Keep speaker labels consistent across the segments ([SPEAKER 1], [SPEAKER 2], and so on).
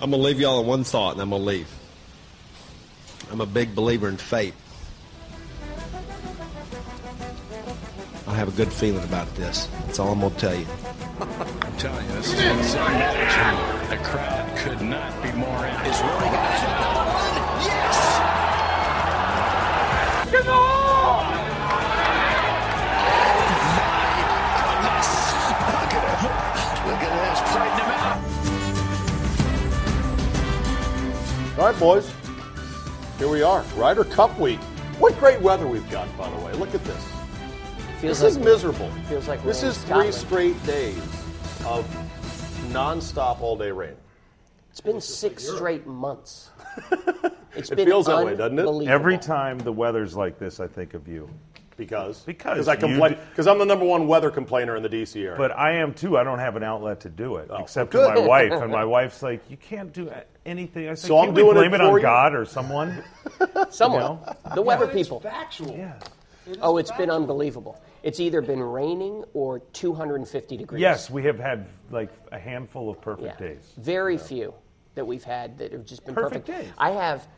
[SPEAKER 1] I'm gonna leave y'all on one thought, and I'm gonna leave. I'm a big believer in fate. I have a good feeling about this. That's all I'm gonna tell you.
[SPEAKER 2] I'm telling you, this is what said. The crowd could not be more in. Is really Yes! Look at Look at this. Playing him out.
[SPEAKER 3] All right, boys. Here we are, Ryder Cup week. What great weather we've got, by the way. Look at this.
[SPEAKER 4] Feels
[SPEAKER 3] this is
[SPEAKER 4] like-
[SPEAKER 3] miserable.
[SPEAKER 4] feels like
[SPEAKER 3] this
[SPEAKER 4] rain
[SPEAKER 3] is
[SPEAKER 4] in
[SPEAKER 3] three
[SPEAKER 4] Scotland.
[SPEAKER 3] straight days of nonstop all day rain.
[SPEAKER 4] It's been six straight months. It's
[SPEAKER 3] It feels that way, doesn't it?
[SPEAKER 4] unbelievable.
[SPEAKER 5] Every time the weather's like this, I think of you.
[SPEAKER 3] Because
[SPEAKER 5] Because
[SPEAKER 3] I
[SPEAKER 5] you
[SPEAKER 3] complain
[SPEAKER 5] d-
[SPEAKER 3] because I'm the number one weather complainer in the DC area.
[SPEAKER 5] But I am too. I don't have an outlet to do it except for
[SPEAKER 3] Oh, good.
[SPEAKER 5] my wife, and my wife's like, "You can't do a- anything." I said,
[SPEAKER 3] So
[SPEAKER 5] "Can't
[SPEAKER 3] I'm
[SPEAKER 5] we
[SPEAKER 3] doing it
[SPEAKER 5] blame it, on
[SPEAKER 3] for you?"
[SPEAKER 5] God or someone?"
[SPEAKER 4] Someone,
[SPEAKER 5] know?
[SPEAKER 4] the weather people.
[SPEAKER 6] Factual.
[SPEAKER 5] yeah.
[SPEAKER 4] Oh, it's been unbelievable. It's either been raining or 250 degrees.
[SPEAKER 5] Yes, we have had like a handful of perfect
[SPEAKER 4] Yeah.
[SPEAKER 5] days.
[SPEAKER 4] Very few that we've had that have just been
[SPEAKER 5] Perfect
[SPEAKER 4] perfect.
[SPEAKER 5] days.
[SPEAKER 4] I have,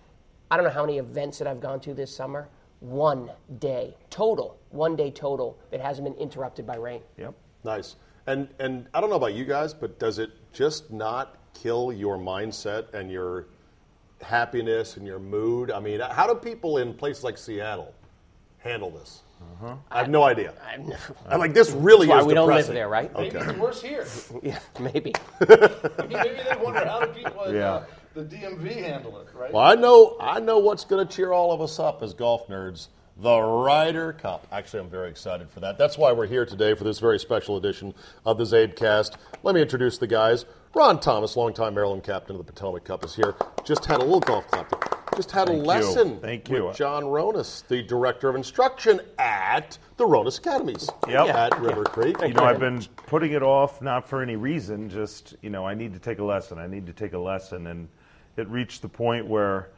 [SPEAKER 4] I don't know how many events that I've gone to this summer. One day total, one day total that hasn't been interrupted by rain.
[SPEAKER 5] Yep.
[SPEAKER 3] nice. And and I don't know about you guys, but does it just not kill your mindset and your happiness and your mood? I mean, how do people in places like Seattle handle this? I have no idea.
[SPEAKER 4] I've never,
[SPEAKER 3] I'm like this really
[SPEAKER 4] Uh-huh. That's why
[SPEAKER 3] is
[SPEAKER 4] we don't live
[SPEAKER 3] depressing.
[SPEAKER 4] there, right?
[SPEAKER 6] Maybe
[SPEAKER 3] Okay.
[SPEAKER 6] it's worse here.
[SPEAKER 4] yeah, maybe.
[SPEAKER 6] Maybe they wonder how do people in
[SPEAKER 5] Yeah.
[SPEAKER 6] uh, the DMV handle it, right?
[SPEAKER 3] Well, I know, I know what's going to cheer all of us up as golf nerds. The Ryder Cup. Actually, I'm very excited for that. That's why we're here today for this very special edition of the Zabecast. Let me introduce the guys. Ron Thomas, longtime Maryland captain of the Potomac Cup, is here. Just had a little golf club. Just had a lesson
[SPEAKER 5] Thank you.
[SPEAKER 3] with John Ronas, the director of instruction at the Ronas Academies
[SPEAKER 5] Yep.
[SPEAKER 3] at River Creek.
[SPEAKER 5] You know, I've been putting it off not for any reason, just, you know, I need to take a lesson. I need to take a lesson. And it reached the point where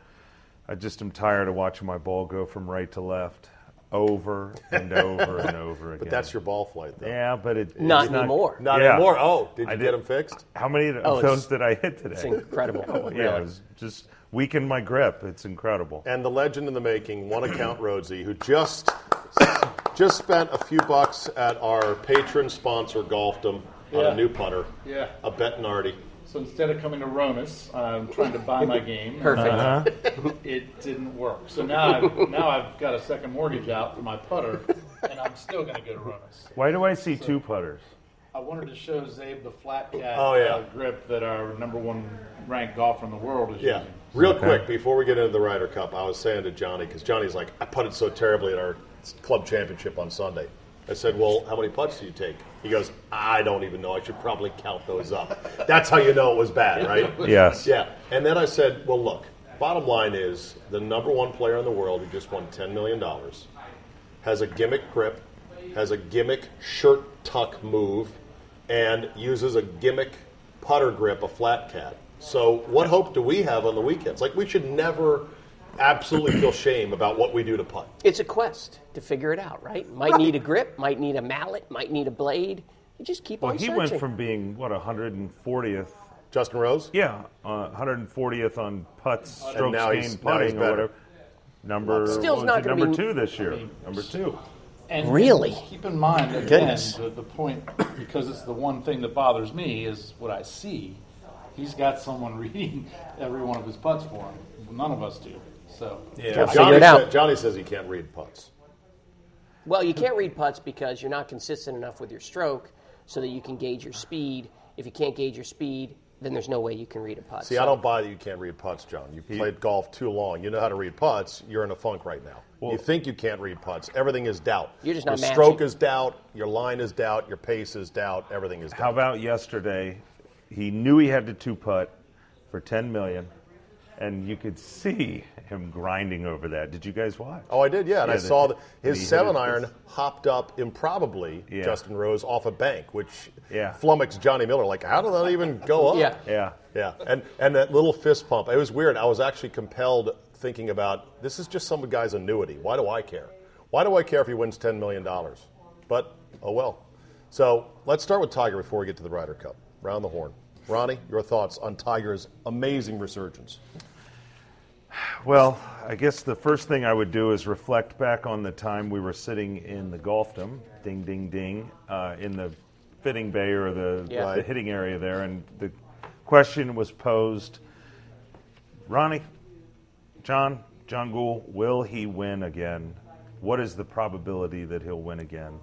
[SPEAKER 5] I just am tired of watching my ball go from right to left over and over and over again.
[SPEAKER 3] But that's your ball flight, though.
[SPEAKER 5] Yeah, but it,
[SPEAKER 4] Not
[SPEAKER 5] it's not
[SPEAKER 4] anymore.
[SPEAKER 3] Not
[SPEAKER 5] Yeah.
[SPEAKER 3] anymore. Oh, did you
[SPEAKER 5] I
[SPEAKER 3] get
[SPEAKER 5] did-
[SPEAKER 3] them fixed?
[SPEAKER 5] How many of
[SPEAKER 4] Oh, it's-
[SPEAKER 5] those did I hit today?
[SPEAKER 4] It's incredible.
[SPEAKER 5] Oh, Yeah,
[SPEAKER 4] really.
[SPEAKER 5] it's just weakened my grip. It's incredible.
[SPEAKER 3] and the legend in the making, one account Rhodesy, who just just spent a few bucks at our patron sponsor Golfdom on
[SPEAKER 6] Yeah.
[SPEAKER 3] a new putter,
[SPEAKER 6] Yeah.
[SPEAKER 3] a Bettinardi.
[SPEAKER 6] So instead of coming to Ronus, I'm trying to buy my game. Uh-huh.
[SPEAKER 4] Perfect.
[SPEAKER 6] It didn't work. So now I've, now I've got a second mortgage out for my putter, and I'm still going to go to Ronus.
[SPEAKER 5] Why do I see two putters?
[SPEAKER 6] I wanted to show Zabe the flat cat
[SPEAKER 3] Oh, yeah.
[SPEAKER 6] uh, grip that our number one ranked golfer in the world is
[SPEAKER 3] Yeah.
[SPEAKER 6] using.
[SPEAKER 3] Real quick, before we get into the Ryder Cup, I was saying to Johnny because Johnny's like, I putted so terribly at our club championship on Sunday. I said, Well, how many putts do you take? He goes, I don't even know. I should probably count those up. That's how you know it was bad, right?
[SPEAKER 5] Yes.
[SPEAKER 3] Yeah. And then I said, well, look, bottom line is the number one player in the world who just won $10 million has a gimmick grip, has a gimmick shirt tuck move, and uses a gimmick putter grip, a flat cat. So what hope do we have on the weekends? Like, we should never absolutely feel shame about what we do to putt.
[SPEAKER 4] It's a quest to figure it out, right? Might need a grip, might need a mallet, might need a blade. You just keep
[SPEAKER 5] Well,
[SPEAKER 4] on
[SPEAKER 5] he
[SPEAKER 4] searching.
[SPEAKER 5] went from being, what, 140th
[SPEAKER 3] Justin Rose?
[SPEAKER 5] Yeah, uh, 140th on putts, strokes
[SPEAKER 3] now he's-
[SPEAKER 5] gained
[SPEAKER 3] now he's
[SPEAKER 5] putting or
[SPEAKER 3] better.
[SPEAKER 5] whatever. Number
[SPEAKER 4] Still's
[SPEAKER 5] what was
[SPEAKER 4] not
[SPEAKER 5] it,
[SPEAKER 4] gonna
[SPEAKER 5] number
[SPEAKER 4] be-
[SPEAKER 5] two this year. number two.
[SPEAKER 6] And
[SPEAKER 4] Really?
[SPEAKER 6] Keep in mind, again,
[SPEAKER 4] Goodness.
[SPEAKER 6] the, the point, because it's the one thing that bothers me, is what I see. He's got someone reading every one of his putts for him. None of us do. So,
[SPEAKER 3] Yeah.
[SPEAKER 4] figure
[SPEAKER 3] Johnny,
[SPEAKER 4] it
[SPEAKER 3] said,
[SPEAKER 4] out.
[SPEAKER 3] Johnny says he can't read putts.
[SPEAKER 4] Well, you can't read putts because you're not consistent enough with your stroke so that you can gauge your speed. If you can't gauge your speed, then there's no way you can read a putt.
[SPEAKER 3] See, I don't buy that you can't read putts, John. You played golf too long. You know how to read putts. You're in a funk right now. you think you can't read putts. Everything is doubt.
[SPEAKER 4] You're just not
[SPEAKER 3] Your stroke
[SPEAKER 4] matching.
[SPEAKER 3] is doubt. Your line is doubt. Your pace is doubt. Everything is doubt.
[SPEAKER 5] How about yesterday? He knew he had to two putt for 10 million, and you could see him grinding over that. Did you guys watch?
[SPEAKER 3] Oh, I did, yeah. And
[SPEAKER 5] Yeah,
[SPEAKER 3] I
[SPEAKER 5] the-
[SPEAKER 3] saw the,
[SPEAKER 5] and he
[SPEAKER 3] his
[SPEAKER 5] hit
[SPEAKER 3] seven
[SPEAKER 5] it-
[SPEAKER 3] iron hopped up improbably,
[SPEAKER 5] Yeah.
[SPEAKER 3] Justin Rose, off a bank, which
[SPEAKER 5] Yeah.
[SPEAKER 3] flummoxed Johnny Miller. Like, how did that even go up?
[SPEAKER 4] Yeah.
[SPEAKER 5] Yeah.
[SPEAKER 3] Yeah, and and that little fist pump. It was weird. I was actually compelled thinking about this is just some guy's annuity. Why do I care? Why do I care if he wins ten million dollars? But oh well. So let's start with Tiger before we get to the Ryder Cup. Round the horn. Ronnie, your thoughts on Tiger's amazing resurgence?
[SPEAKER 5] Well, I guess the first thing I would do is reflect back on the time we were sitting in the golfdom, ding, ding, ding, uh, in the fitting bay or the,
[SPEAKER 4] Yeah.
[SPEAKER 5] the hitting area there, and the question was posed: Ronnie, John, John Gould, will he win again? What is the probability that he'll win again?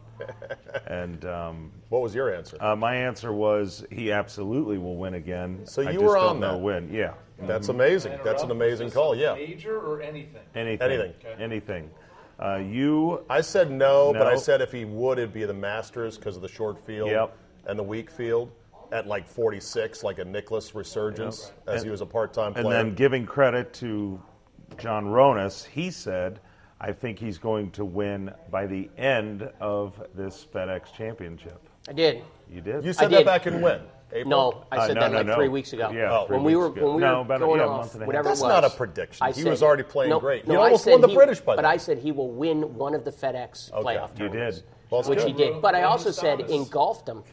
[SPEAKER 5] and um,
[SPEAKER 3] What was your answer?
[SPEAKER 5] uh, my answer was he absolutely will win again.
[SPEAKER 3] So
[SPEAKER 5] I
[SPEAKER 3] you
[SPEAKER 5] just
[SPEAKER 3] were
[SPEAKER 5] don't
[SPEAKER 3] on
[SPEAKER 5] know
[SPEAKER 3] that.
[SPEAKER 5] when. Yeah,
[SPEAKER 3] That's amazing. That's an amazing call. Oh, Yeah.
[SPEAKER 6] Major or anything?
[SPEAKER 5] anything,
[SPEAKER 3] Anything.
[SPEAKER 5] anything. Uh, you
[SPEAKER 3] I said no, but I
[SPEAKER 5] No.
[SPEAKER 3] said if he would, it'd be the Masters because of the short field
[SPEAKER 5] Yep.
[SPEAKER 3] and the weak field at like 46, like a Nicholas resurgence as he was a part-time
[SPEAKER 5] And
[SPEAKER 3] player.
[SPEAKER 5] then giving credit to John Ronas, he said, I think he's going to win by the end of this FedEx championship.
[SPEAKER 4] I did.
[SPEAKER 5] You did?
[SPEAKER 3] you said
[SPEAKER 4] I
[SPEAKER 3] that
[SPEAKER 4] did.
[SPEAKER 3] back in when? April?
[SPEAKER 4] No, I said
[SPEAKER 5] Uh, no,
[SPEAKER 4] that
[SPEAKER 5] no,
[SPEAKER 4] like
[SPEAKER 5] no.
[SPEAKER 4] three weeks ago.
[SPEAKER 5] Yeah,
[SPEAKER 3] Oh.
[SPEAKER 5] three
[SPEAKER 4] when we
[SPEAKER 5] weeks
[SPEAKER 4] were
[SPEAKER 5] ago.
[SPEAKER 4] when we
[SPEAKER 5] no,
[SPEAKER 4] were
[SPEAKER 5] about,
[SPEAKER 4] going
[SPEAKER 5] yeah, a
[SPEAKER 4] off,
[SPEAKER 5] month and a half.
[SPEAKER 4] whatever
[SPEAKER 3] That's
[SPEAKER 4] it was.
[SPEAKER 3] not a prediction.
[SPEAKER 4] I
[SPEAKER 3] He
[SPEAKER 4] said-
[SPEAKER 3] was already playing
[SPEAKER 4] no,
[SPEAKER 3] great.
[SPEAKER 4] No,
[SPEAKER 3] He almost
[SPEAKER 4] I said
[SPEAKER 3] won the
[SPEAKER 4] he-
[SPEAKER 3] British by
[SPEAKER 4] But
[SPEAKER 3] then.
[SPEAKER 4] I said he will win one of the FedEx
[SPEAKER 3] Okay.
[SPEAKER 4] playoff
[SPEAKER 5] You
[SPEAKER 4] tournaments,
[SPEAKER 5] did.
[SPEAKER 3] Well, it's
[SPEAKER 4] which
[SPEAKER 3] good.
[SPEAKER 4] he did. But I
[SPEAKER 6] Well,
[SPEAKER 4] also
[SPEAKER 6] he's
[SPEAKER 4] said
[SPEAKER 6] done
[SPEAKER 4] in
[SPEAKER 6] this.
[SPEAKER 4] golfdom,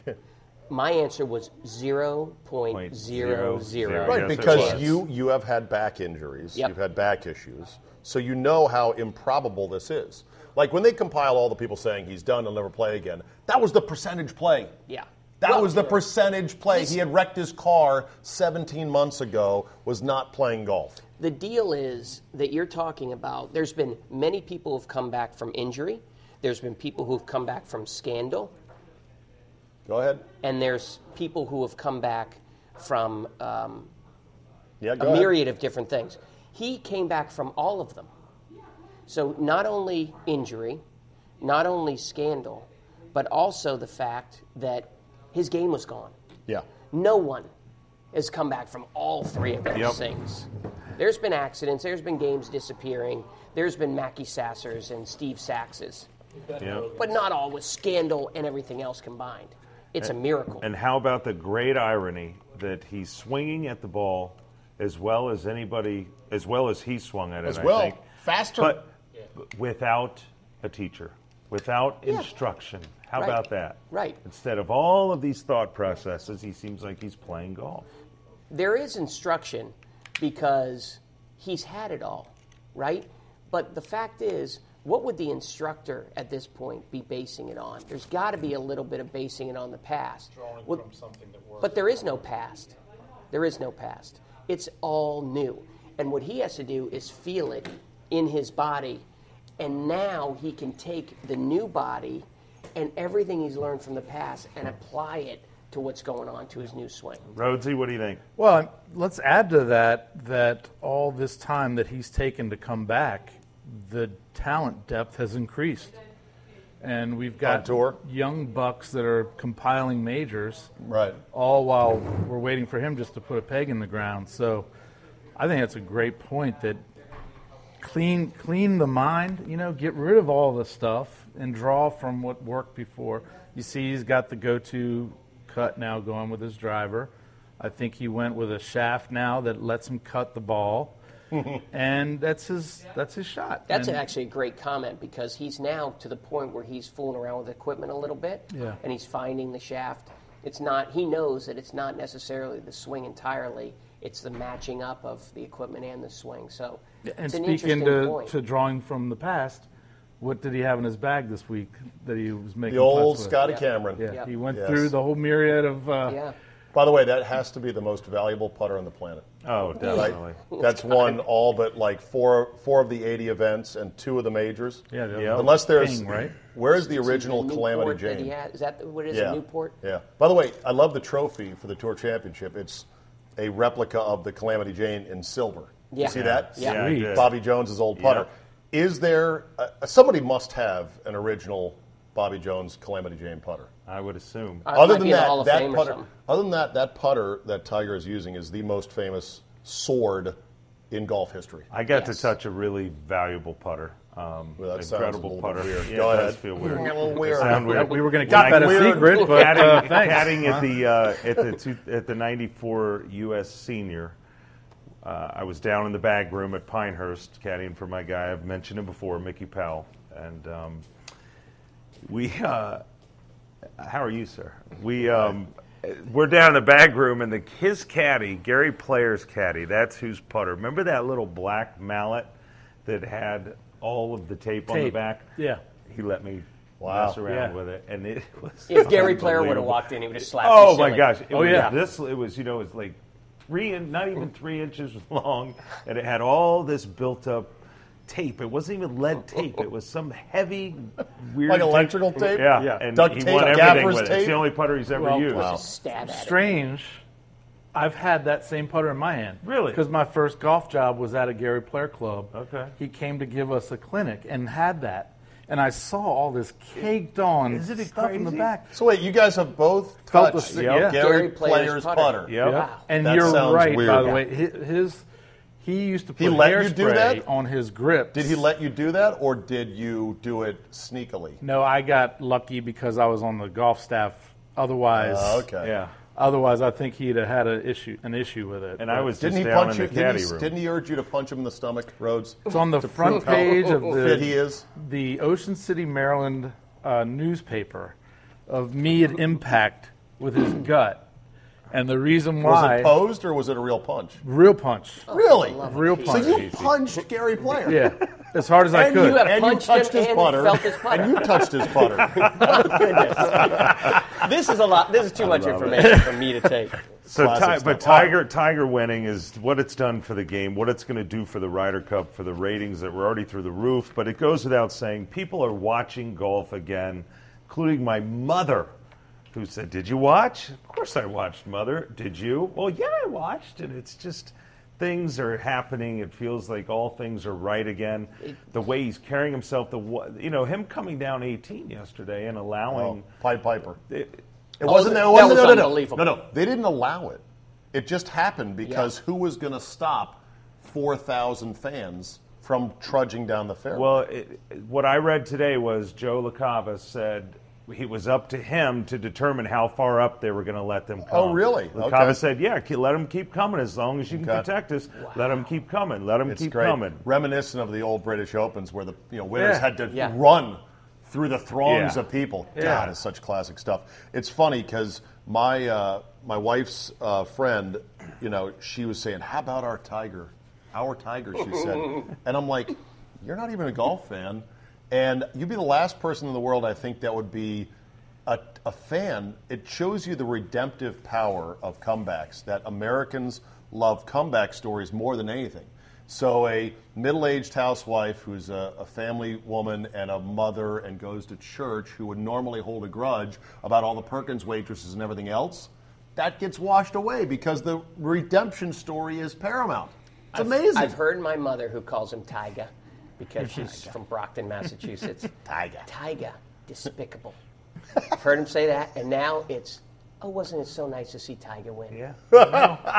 [SPEAKER 4] my answer was zero point zero zero.
[SPEAKER 5] Right.
[SPEAKER 3] Right,
[SPEAKER 5] Yes, it
[SPEAKER 3] because
[SPEAKER 5] was.
[SPEAKER 3] you you have had back injuries,
[SPEAKER 4] Yep.
[SPEAKER 3] you've had back issues, so you know how improbable this is. Like when they compile all the people saying he's done, he'll never play again. That was the percentage play.
[SPEAKER 4] Yeah.
[SPEAKER 3] That
[SPEAKER 4] Well,
[SPEAKER 3] was the percentage play. He had wrecked his car 17 months ago. Was not playing golf.
[SPEAKER 4] The deal is that you're talking about. There's been many people who've come back from injury. There's been people who've come back from scandal.
[SPEAKER 3] Go ahead.
[SPEAKER 4] and there's people who have come back from um,
[SPEAKER 3] Yeah, Uh, go
[SPEAKER 4] a
[SPEAKER 3] ahead.
[SPEAKER 4] myriad of different things. He came back from all of them. So not only injury, not only scandal, but also the fact that his game was gone.
[SPEAKER 3] Yeah.
[SPEAKER 4] No one has come back from all three of those
[SPEAKER 5] Yep.
[SPEAKER 4] things. There's been accidents. There's been games disappearing. There's been Mackie Sassers and Steve Saxes,
[SPEAKER 5] Yeah.
[SPEAKER 4] but not all with scandal and everything else combined. It's a miracle.
[SPEAKER 5] And how about the great irony that he's swinging at the ball as well as anybody, as well as he swung at it,
[SPEAKER 3] As
[SPEAKER 5] I
[SPEAKER 3] well.
[SPEAKER 5] think.
[SPEAKER 3] Faster.
[SPEAKER 5] But but without a teacher, without instruction. How
[SPEAKER 4] Right.
[SPEAKER 5] about that?
[SPEAKER 4] Right.
[SPEAKER 5] Instead of all of these thought processes, he seems like he's playing golf.
[SPEAKER 4] there is instruction because he's had it all, right? But the fact is, what would the instructor at this point be basing it on? There's got to be a little bit of basing it on the past.
[SPEAKER 6] Drawing
[SPEAKER 4] Well,
[SPEAKER 6] from something that works.
[SPEAKER 4] but there is no past. There is no past. It's all new. And what he has to do is feel it in his body. And now he can take the new body and everything he's learned from the past and apply it to what's going on to his new swing.
[SPEAKER 5] Rhodesy, what do you think?
[SPEAKER 7] Well, and let's add to that that all this time that he's taken to come back, the talent depth has increased. And we've got
[SPEAKER 3] tour?
[SPEAKER 7] young bucks that are compiling majors,
[SPEAKER 3] Right.
[SPEAKER 7] all while we're waiting for him just to put a peg in the ground. So I think that's a great point that clean clean the mind, you know, get rid of all the stuff and draw from what worked before. You see he's got the go-to cut now going with his driver. I think he went with a shaft now that lets him cut the ball. and that's his that's his shot.
[SPEAKER 4] That's
[SPEAKER 7] And-
[SPEAKER 4] actually a great comment because he's now to the point where he's fooling around with equipment a little bit,
[SPEAKER 7] Yeah.
[SPEAKER 4] and he's finding the shaft. It's not. He knows that it's not necessarily the swing entirely. It's the matching up of the equipment and the swing. So
[SPEAKER 7] and
[SPEAKER 4] it's an
[SPEAKER 7] speaking
[SPEAKER 4] interesting
[SPEAKER 7] to,
[SPEAKER 4] point.
[SPEAKER 7] to drawing from the past, what did he have in his bag this week that he was making?
[SPEAKER 3] The old
[SPEAKER 7] putts with?
[SPEAKER 3] Scotty Cameron.
[SPEAKER 7] Yeah,
[SPEAKER 4] Yep.
[SPEAKER 7] he went
[SPEAKER 3] Yes.
[SPEAKER 7] through the whole myriad of. Uh,
[SPEAKER 4] yeah,
[SPEAKER 3] By the way, that has to be the most valuable putter on the planet.
[SPEAKER 5] Oh,
[SPEAKER 3] Right?
[SPEAKER 5] definitely.
[SPEAKER 3] That's won all but like four four of the 80 events and two of the majors.
[SPEAKER 7] Yeah, the
[SPEAKER 5] Yeah.
[SPEAKER 3] Unless there's
[SPEAKER 7] King, right?
[SPEAKER 3] Where is the original
[SPEAKER 4] The
[SPEAKER 3] Calamity
[SPEAKER 4] Newport that
[SPEAKER 3] Jane?
[SPEAKER 4] he had- Is that what it is? A
[SPEAKER 3] Yeah.
[SPEAKER 4] Newport.
[SPEAKER 3] Yeah. By the way, I love the trophy for the Tour Championship. It's a replica of the Calamity Jane in silver.
[SPEAKER 4] Yeah.
[SPEAKER 3] You see that?
[SPEAKER 4] Yeah.
[SPEAKER 5] Yeah, I did.
[SPEAKER 3] Bobby Jones's old putter. Is there uh, somebody must have an original Bobby Jones Calamity Jane putter?
[SPEAKER 5] I would assume.
[SPEAKER 4] Uh, it might be in the Hall of Fame or
[SPEAKER 3] putter.
[SPEAKER 4] something.
[SPEAKER 3] Other than that, that putter that Tiger is using is the most famous sword in golf history.
[SPEAKER 5] I got
[SPEAKER 4] yes.
[SPEAKER 5] to touch a really valuable putter. Um,
[SPEAKER 3] Well, that sounds a
[SPEAKER 5] incredible
[SPEAKER 3] little bit
[SPEAKER 5] putter.
[SPEAKER 3] weird.
[SPEAKER 5] Yeah,
[SPEAKER 3] Go
[SPEAKER 5] it
[SPEAKER 3] ahead.
[SPEAKER 5] does feel weird.
[SPEAKER 3] A little
[SPEAKER 5] It
[SPEAKER 3] weird.
[SPEAKER 5] sound weird.
[SPEAKER 7] We were going to
[SPEAKER 5] When
[SPEAKER 7] keep
[SPEAKER 5] I
[SPEAKER 7] that a
[SPEAKER 5] cleared
[SPEAKER 7] secret, but
[SPEAKER 5] batting,
[SPEAKER 7] uh, thanks.
[SPEAKER 5] batting at the uh, at the two, at the '94 U.S. Senior. Uh, I was down in the bag room at Pinehurst, caddying for my guy. I've mentioned him before, Mickey Powell, and um, we. Uh, how are you, sir? We um, We're down in the bag room, and the, his caddy, Gary Player's caddy, that's whose putter. Remember that little black mallet that had all of the tape, on the
[SPEAKER 7] Tape.
[SPEAKER 5] back?
[SPEAKER 7] Yeah.
[SPEAKER 5] He let me
[SPEAKER 8] Wow.
[SPEAKER 5] mess around
[SPEAKER 7] Yeah.
[SPEAKER 5] with it, and it was.
[SPEAKER 4] If Gary Player would have
[SPEAKER 5] unbelievable.
[SPEAKER 4] walked in, he would have slapped you
[SPEAKER 5] Oh my
[SPEAKER 4] silly.
[SPEAKER 5] gosh! It
[SPEAKER 7] Oh,
[SPEAKER 5] was
[SPEAKER 7] yeah.
[SPEAKER 5] this it was you know it was like three and not even three inches long, and it had all this built up tape. It wasn't even lead tape. It was some heavy weird
[SPEAKER 8] Like
[SPEAKER 5] tape.
[SPEAKER 8] electrical tape?
[SPEAKER 5] Yeah,
[SPEAKER 8] Yeah.
[SPEAKER 5] and
[SPEAKER 8] Duct
[SPEAKER 5] he
[SPEAKER 8] tape,
[SPEAKER 5] won everything
[SPEAKER 8] gaffer's
[SPEAKER 5] with it.
[SPEAKER 8] tape?
[SPEAKER 5] It's the only putter he's ever
[SPEAKER 7] Well,
[SPEAKER 5] used.
[SPEAKER 4] Just Stab at it.
[SPEAKER 7] Strange. I've had that same putter in my hand.
[SPEAKER 5] Really?
[SPEAKER 7] Because my first golf job was at a Gary Player Club.
[SPEAKER 5] Okay.
[SPEAKER 7] He came to give us a clinic and had that. And I saw all this caked on
[SPEAKER 5] Isn't it
[SPEAKER 7] stuff in the
[SPEAKER 5] crazy?
[SPEAKER 7] back.
[SPEAKER 3] So wait, you guys have both
[SPEAKER 7] Felt
[SPEAKER 3] touched
[SPEAKER 7] the-
[SPEAKER 3] Gary
[SPEAKER 7] yeah.
[SPEAKER 4] Gary Player's
[SPEAKER 3] Player's
[SPEAKER 4] putter.
[SPEAKER 3] putter.
[SPEAKER 5] Yep.
[SPEAKER 4] Wow.
[SPEAKER 7] And
[SPEAKER 3] That
[SPEAKER 7] you're
[SPEAKER 3] sounds
[SPEAKER 7] right,
[SPEAKER 3] weird.
[SPEAKER 7] by the
[SPEAKER 3] Yeah.
[SPEAKER 7] way. Hi- His he used to put
[SPEAKER 3] let you
[SPEAKER 7] hairspray
[SPEAKER 3] do that?
[SPEAKER 7] on his grip.
[SPEAKER 3] Did he let you do that, or did you do it sneakily?
[SPEAKER 7] No, I got lucky because I was on the golf staff. Otherwise,
[SPEAKER 3] Oh, okay.
[SPEAKER 5] Yeah,
[SPEAKER 7] Otherwise, I think he'd have had a issue, an issue with it.
[SPEAKER 5] and I
[SPEAKER 7] But
[SPEAKER 5] was just
[SPEAKER 3] Didn't he
[SPEAKER 5] down
[SPEAKER 3] punch
[SPEAKER 5] in
[SPEAKER 3] you?
[SPEAKER 5] the
[SPEAKER 3] Didn't
[SPEAKER 5] caddy
[SPEAKER 3] he,
[SPEAKER 5] room.
[SPEAKER 3] didn't he urge you to punch him in the stomach, Rhodes?
[SPEAKER 7] It's on the
[SPEAKER 3] prove
[SPEAKER 7] front
[SPEAKER 3] how
[SPEAKER 7] page of
[SPEAKER 3] fit he
[SPEAKER 7] the
[SPEAKER 3] is.
[SPEAKER 7] the Ocean City, Maryland uh, newspaper of me at impact with his gut, and the reason
[SPEAKER 3] Was
[SPEAKER 7] why
[SPEAKER 3] it posed or was it a real punch?
[SPEAKER 7] real punch,
[SPEAKER 3] Really?
[SPEAKER 7] real
[SPEAKER 3] So
[SPEAKER 7] punch.
[SPEAKER 3] you punched Gary Player.
[SPEAKER 7] yeah, as hard as I
[SPEAKER 3] And you
[SPEAKER 7] could.
[SPEAKER 3] had
[SPEAKER 4] And you
[SPEAKER 3] punched
[SPEAKER 4] touched
[SPEAKER 3] him
[SPEAKER 4] his
[SPEAKER 3] and
[SPEAKER 4] putter.
[SPEAKER 3] felt his
[SPEAKER 4] putter.
[SPEAKER 3] And you touched his putter. Oh,
[SPEAKER 4] This is a lot. This is too much information for me to take.
[SPEAKER 5] So,
[SPEAKER 3] Classic
[SPEAKER 5] ti-
[SPEAKER 3] stuff.
[SPEAKER 5] but Tiger, Tiger winning is what it's done for the game, what it's going to do for the Ryder Cup, for the ratings that were already through the roof. But it goes without saying, people are watching golf again, including my mother, who said, "Did you watch?" Of course, I watched. Mother, did you? Well, yeah, I watched, and it's just things are happening. It feels like all things are right again. The way he's carrying himself, the wa- you know him coming down 18 yesterday and allowing.
[SPEAKER 3] Pied Piper. It
[SPEAKER 5] it-
[SPEAKER 3] wasn't
[SPEAKER 4] that
[SPEAKER 3] it wasn't-
[SPEAKER 4] was
[SPEAKER 3] no, no, no.
[SPEAKER 4] unbelievable.
[SPEAKER 3] No, no, they didn't allow it. It just happened because who was going to stop 4,000 fans from trudging down the fairway?
[SPEAKER 5] Well, it, what I read today was Joe LaCava said it was up to him to determine how far up they were going to let them come.
[SPEAKER 3] Oh, really?
[SPEAKER 5] LaCava
[SPEAKER 3] Okay.
[SPEAKER 5] said, "Yeah, ke- let them keep coming as long as you can
[SPEAKER 3] Okay.
[SPEAKER 5] protect us. Let them keep coming. Let them
[SPEAKER 3] it's
[SPEAKER 5] keep
[SPEAKER 3] great.
[SPEAKER 5] coming."
[SPEAKER 3] Reminiscent of the old British Opens where the you know winners
[SPEAKER 7] Yeah.
[SPEAKER 3] had to
[SPEAKER 4] Yeah.
[SPEAKER 3] run through the throngs
[SPEAKER 5] Yeah.
[SPEAKER 3] of people. God,
[SPEAKER 5] Yeah.
[SPEAKER 3] it's such classic stuff. It's funny because my uh, my wife's uh, friend, you know, she was saying, "How about our tiger? Our tiger," she said, and I'm like, "You're not even a golf fan." And you'd be the last person in the world, I think, that would be a, a fan, it shows you the redemptive power of comebacks, that Americans love comeback stories more than anything. So, a middle aged housewife who's a, a family woman and a mother and goes to church who would normally hold a grudge about all the Perkins waitresses and everything else, that gets washed away because the redemption story is paramount. It's amazing.
[SPEAKER 4] I've heard my mother, who calls him Tyga, because she's from Brockton, Massachusetts.
[SPEAKER 3] Tyga.
[SPEAKER 4] Tyga, despicable. I've heard him say that, and now it's, oh, wasn't it so nice to see Tyga win? Yeah.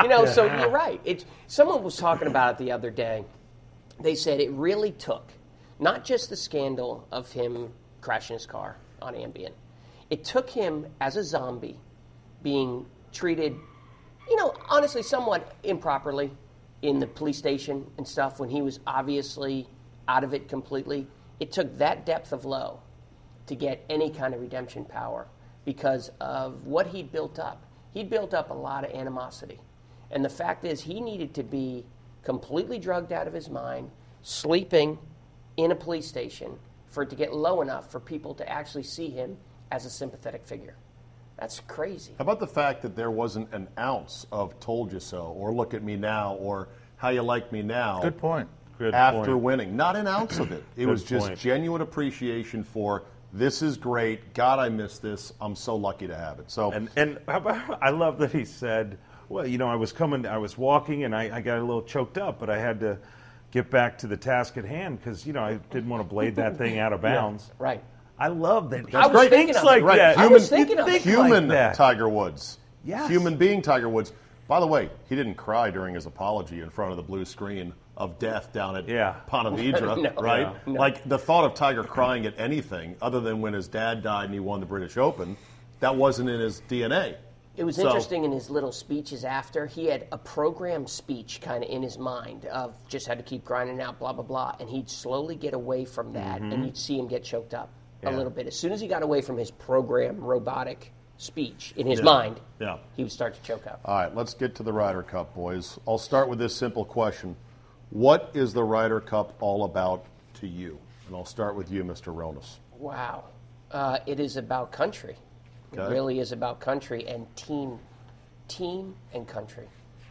[SPEAKER 4] you know, so you're right. It's, someone was talking about it the other day. They said it really took not just the scandal of him crashing his car on Ambien, it took him as a zombie being treated, you know, honestly, somewhat improperly in the police station and stuff when he was obviously out of it completely. It took that depth of low to get any kind of redemption power because of what he'd built up. He'd built up a lot of animosity. And the fact is, he needed to be completely drugged out of his mind, sleeping in a police station for it to get low enough for people to actually see him as a sympathetic figure. That's crazy.
[SPEAKER 3] How about the fact that there wasn't an ounce of told you so, or look at me now, or how you like me now?
[SPEAKER 7] Good point.
[SPEAKER 5] Good
[SPEAKER 3] after
[SPEAKER 5] point.
[SPEAKER 3] winning. Not an ounce of it. It was just
[SPEAKER 5] point.
[SPEAKER 3] genuine appreciation for this is great. God, I miss this. I'm so lucky to have it. So
[SPEAKER 5] And and how about- I love that he said, "Well, you know, I was coming, I was walking, and I, I got a little choked up, but I had to get back to the task at hand because you know I didn't want to blade that thing out of bounds."
[SPEAKER 4] Right.
[SPEAKER 5] I love that.
[SPEAKER 4] That's
[SPEAKER 5] he
[SPEAKER 4] great.
[SPEAKER 5] thinks
[SPEAKER 4] Thinking of
[SPEAKER 5] like
[SPEAKER 4] it,
[SPEAKER 3] right,
[SPEAKER 5] that.
[SPEAKER 3] human,
[SPEAKER 4] was thinking of it.
[SPEAKER 5] like
[SPEAKER 3] human
[SPEAKER 5] that.
[SPEAKER 3] Tiger Woods.
[SPEAKER 5] Yes.
[SPEAKER 3] Human being Tiger Woods. By the way, he didn't cry during his apology in front of the blue screen of death down at
[SPEAKER 5] Yeah.
[SPEAKER 3] Pontevedra,
[SPEAKER 4] No.
[SPEAKER 3] right?
[SPEAKER 4] No.
[SPEAKER 3] Like the thought of Tiger crying at anything other than when his dad died and he won the British Open, that wasn't in his DNA.
[SPEAKER 4] It was
[SPEAKER 3] So-
[SPEAKER 4] interesting in his little speeches after. He had a programmed speech kind of in his mind of just had to keep grinding out, blah, blah, blah. And he'd slowly get away
[SPEAKER 5] Mm-hmm.
[SPEAKER 4] from that, and you'd see him get choked up a little bit. As soon as he got away from his program robotic speech in his mind,
[SPEAKER 5] Yeah.
[SPEAKER 4] he would start to choke up.
[SPEAKER 3] All right, let's get to the Ryder Cup, boys. I'll start with this simple question. What is the Ryder Cup all about to you? And I'll start with you, Mr. Ronas.
[SPEAKER 4] Wow. Uh, it is about country. It
[SPEAKER 3] Okay.
[SPEAKER 4] really is about country and team. Team and country.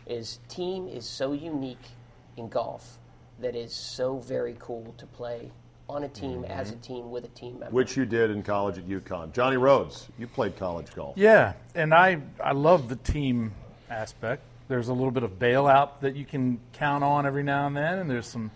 [SPEAKER 4] Is team is so unique in golf that is so very cool to play on a team as a team with a team member.
[SPEAKER 3] Which you did in college at UConn. Johnny Rhodes, you played college golf.
[SPEAKER 7] Yeah, and I I love the team aspect. There's a little bit of bailout that you can count on every now and then, and there's some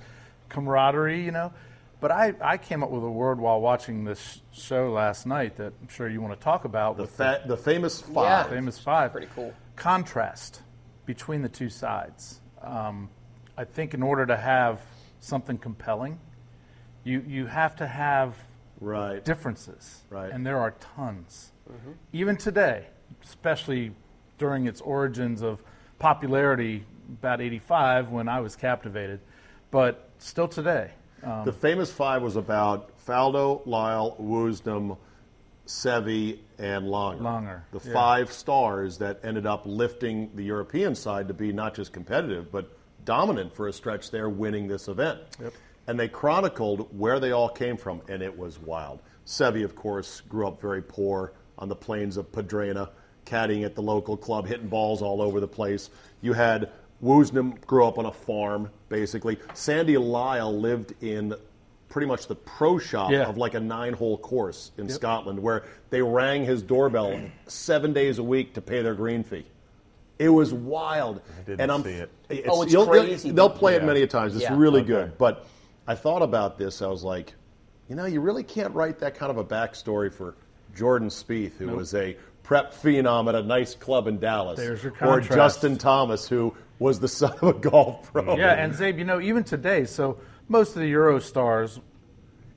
[SPEAKER 7] camaraderie, you know. But I, I came up with a word while watching this show last night that I'm sure you want to talk about
[SPEAKER 3] The,
[SPEAKER 7] with
[SPEAKER 3] fa- the famous
[SPEAKER 4] Yeah.
[SPEAKER 3] five.
[SPEAKER 7] famous five.
[SPEAKER 4] Pretty cool.
[SPEAKER 7] Contrast between the two sides. Um, I think in order to have something compelling, you you have to have
[SPEAKER 3] Right.
[SPEAKER 7] differences.
[SPEAKER 3] Right.
[SPEAKER 7] And there are tons.
[SPEAKER 4] Mm-hmm.
[SPEAKER 7] Even today, especially during its origins of popularity about 85 when I was captivated, but still today. Uh,
[SPEAKER 3] The famous five was about Faldo, Lyle, Woosdom, Sevi, and Longer.
[SPEAKER 7] Langer,
[SPEAKER 3] The
[SPEAKER 7] yeah.
[SPEAKER 3] five stars that ended up lifting the European side to be not just competitive, but dominant for a stretch there, winning this event. And they chronicled where they all came from, and it was wild. Sevi, of course, grew up very poor on the plains of Padrena, caddying at the local club, hitting balls all over the place. You had Woosnam grew up on a farm, basically. Sandy Lyle lived in pretty much the pro shop
[SPEAKER 7] Yeah.
[SPEAKER 3] of like a nine hole course in Scotland where they rang his doorbell seven days a week to pay their green fee. It was wild.
[SPEAKER 5] didn't
[SPEAKER 3] and I'm,
[SPEAKER 5] see it.
[SPEAKER 4] Oh, it's
[SPEAKER 3] you'll- you'll-
[SPEAKER 4] crazy.
[SPEAKER 3] They'll play it
[SPEAKER 5] Yeah.
[SPEAKER 3] many a times. It's
[SPEAKER 4] Yeah.
[SPEAKER 3] really
[SPEAKER 5] Okay.
[SPEAKER 3] good. But I thought about this. I was like, you know, you really can't write that kind of a backstory for Jordan Spieth, who was a prep phenom at a nice club in Dallas,
[SPEAKER 7] There's your
[SPEAKER 3] or
[SPEAKER 7] contrast.
[SPEAKER 3] Justin Thomas, who was the son of a golf pro.
[SPEAKER 7] yeah, and Zabe, you know, even today, so most of the Eurostars,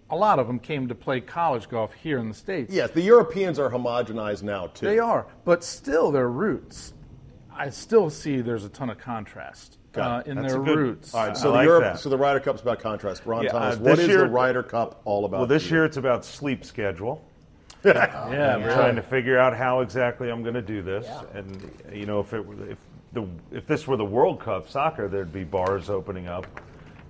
[SPEAKER 7] a lot of them came to play college golf here in the States.
[SPEAKER 3] Yes, the Europeans are homogenized now too.
[SPEAKER 7] They are, but still their roots. I still see there's a ton of contrast uh, in
[SPEAKER 5] That's
[SPEAKER 7] their
[SPEAKER 5] a good-
[SPEAKER 7] roots.
[SPEAKER 5] all right,
[SPEAKER 3] So
[SPEAKER 5] I
[SPEAKER 3] the
[SPEAKER 5] like
[SPEAKER 3] Europe,
[SPEAKER 5] that.
[SPEAKER 3] so the Ryder Cup's about contrast. Ron
[SPEAKER 5] Yeah,
[SPEAKER 3] Thomas,
[SPEAKER 5] uh,
[SPEAKER 3] what
[SPEAKER 5] this
[SPEAKER 3] is
[SPEAKER 5] year-
[SPEAKER 3] the Ryder Cup all about?
[SPEAKER 5] Well, this
[SPEAKER 3] to you?
[SPEAKER 5] year it's about sleep schedule.
[SPEAKER 7] yeah,
[SPEAKER 5] I'm trying to figure out how exactly I'm going to do this. And you know, if it were, if the if this were the World Cup soccer, there'd be bars opening up,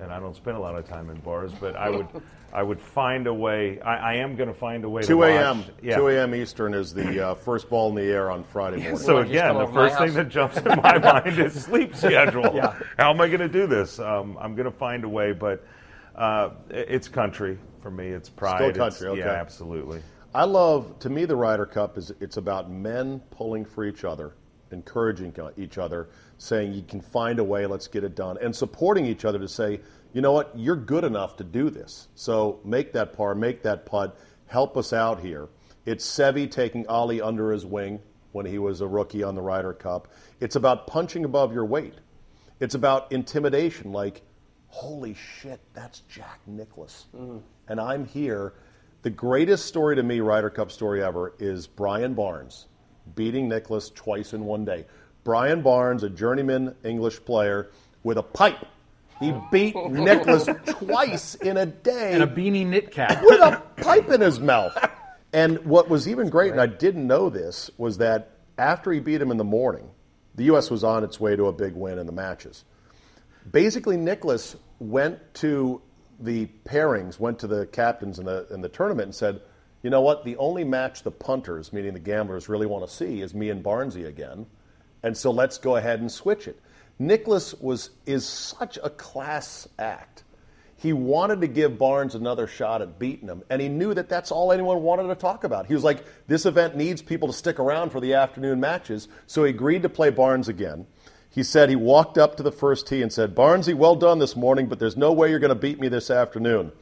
[SPEAKER 5] and I don't spend a lot of time in bars, but I would I would find a way. I, I am going to find a way. to
[SPEAKER 3] two
[SPEAKER 5] watch-
[SPEAKER 3] a.m.
[SPEAKER 5] Yeah.
[SPEAKER 3] Two a.m. Eastern is the uh, first ball in the air on Friday morning.
[SPEAKER 5] So
[SPEAKER 4] Why don't you just
[SPEAKER 5] again,
[SPEAKER 4] come
[SPEAKER 5] the
[SPEAKER 4] over to my
[SPEAKER 5] first thing
[SPEAKER 4] house?
[SPEAKER 5] that jumps in my mind is sleep schedule. How am I going to do this? Um, I'm going to find a way, but uh, it- it's country for me. It's pride. It's-
[SPEAKER 3] country,
[SPEAKER 5] Yeah,
[SPEAKER 3] okay.
[SPEAKER 5] absolutely.
[SPEAKER 3] I love to me the Ryder Cup is it's about men pulling for each other, encouraging e, each other, saying you can find a way, let's get it done, and supporting each other to say, you know what, you're good enough to do this. So make that par, make that putt, help us out here. It's Sevi taking Ali under his wing when he was a rookie on the Ryder Cup. It's about punching above your weight. It's about intimidation, like, holy shit, that's Jack Nicholas.
[SPEAKER 7] Mm-hmm.
[SPEAKER 3] And I'm here. The greatest story to me, Ryder Cup story ever, is Brian Barnes beating Nicholas twice in one day. Brian Barnes, a journeyman English player with a pipe. He beat Nicholas twice in a day
[SPEAKER 7] And a beanie knit cap.
[SPEAKER 3] with a pipe in his mouth. And what was even great, and I didn't know this, was that after he beat him in the morning, the U.S. was on its way to a big win in the matches. Basically, Nicholas went to the pairings, went to the captains in the in the tournament, and said, "You know what? The only match the punters, meaning the gamblers, really want to see is me and Barnsey again, and so let's go ahead and switch it." Nicholas was is such a class act. He wanted to give Barnes another shot at beating him, and he knew that that's all anyone wanted to talk about. He was like, this event needs people to stick around for the afternoon matches, so he agreed to play Barnes again. He said he walked up to the first tee and said, Barnesy, well done this morning, but there's no way you're going to beat me this afternoon.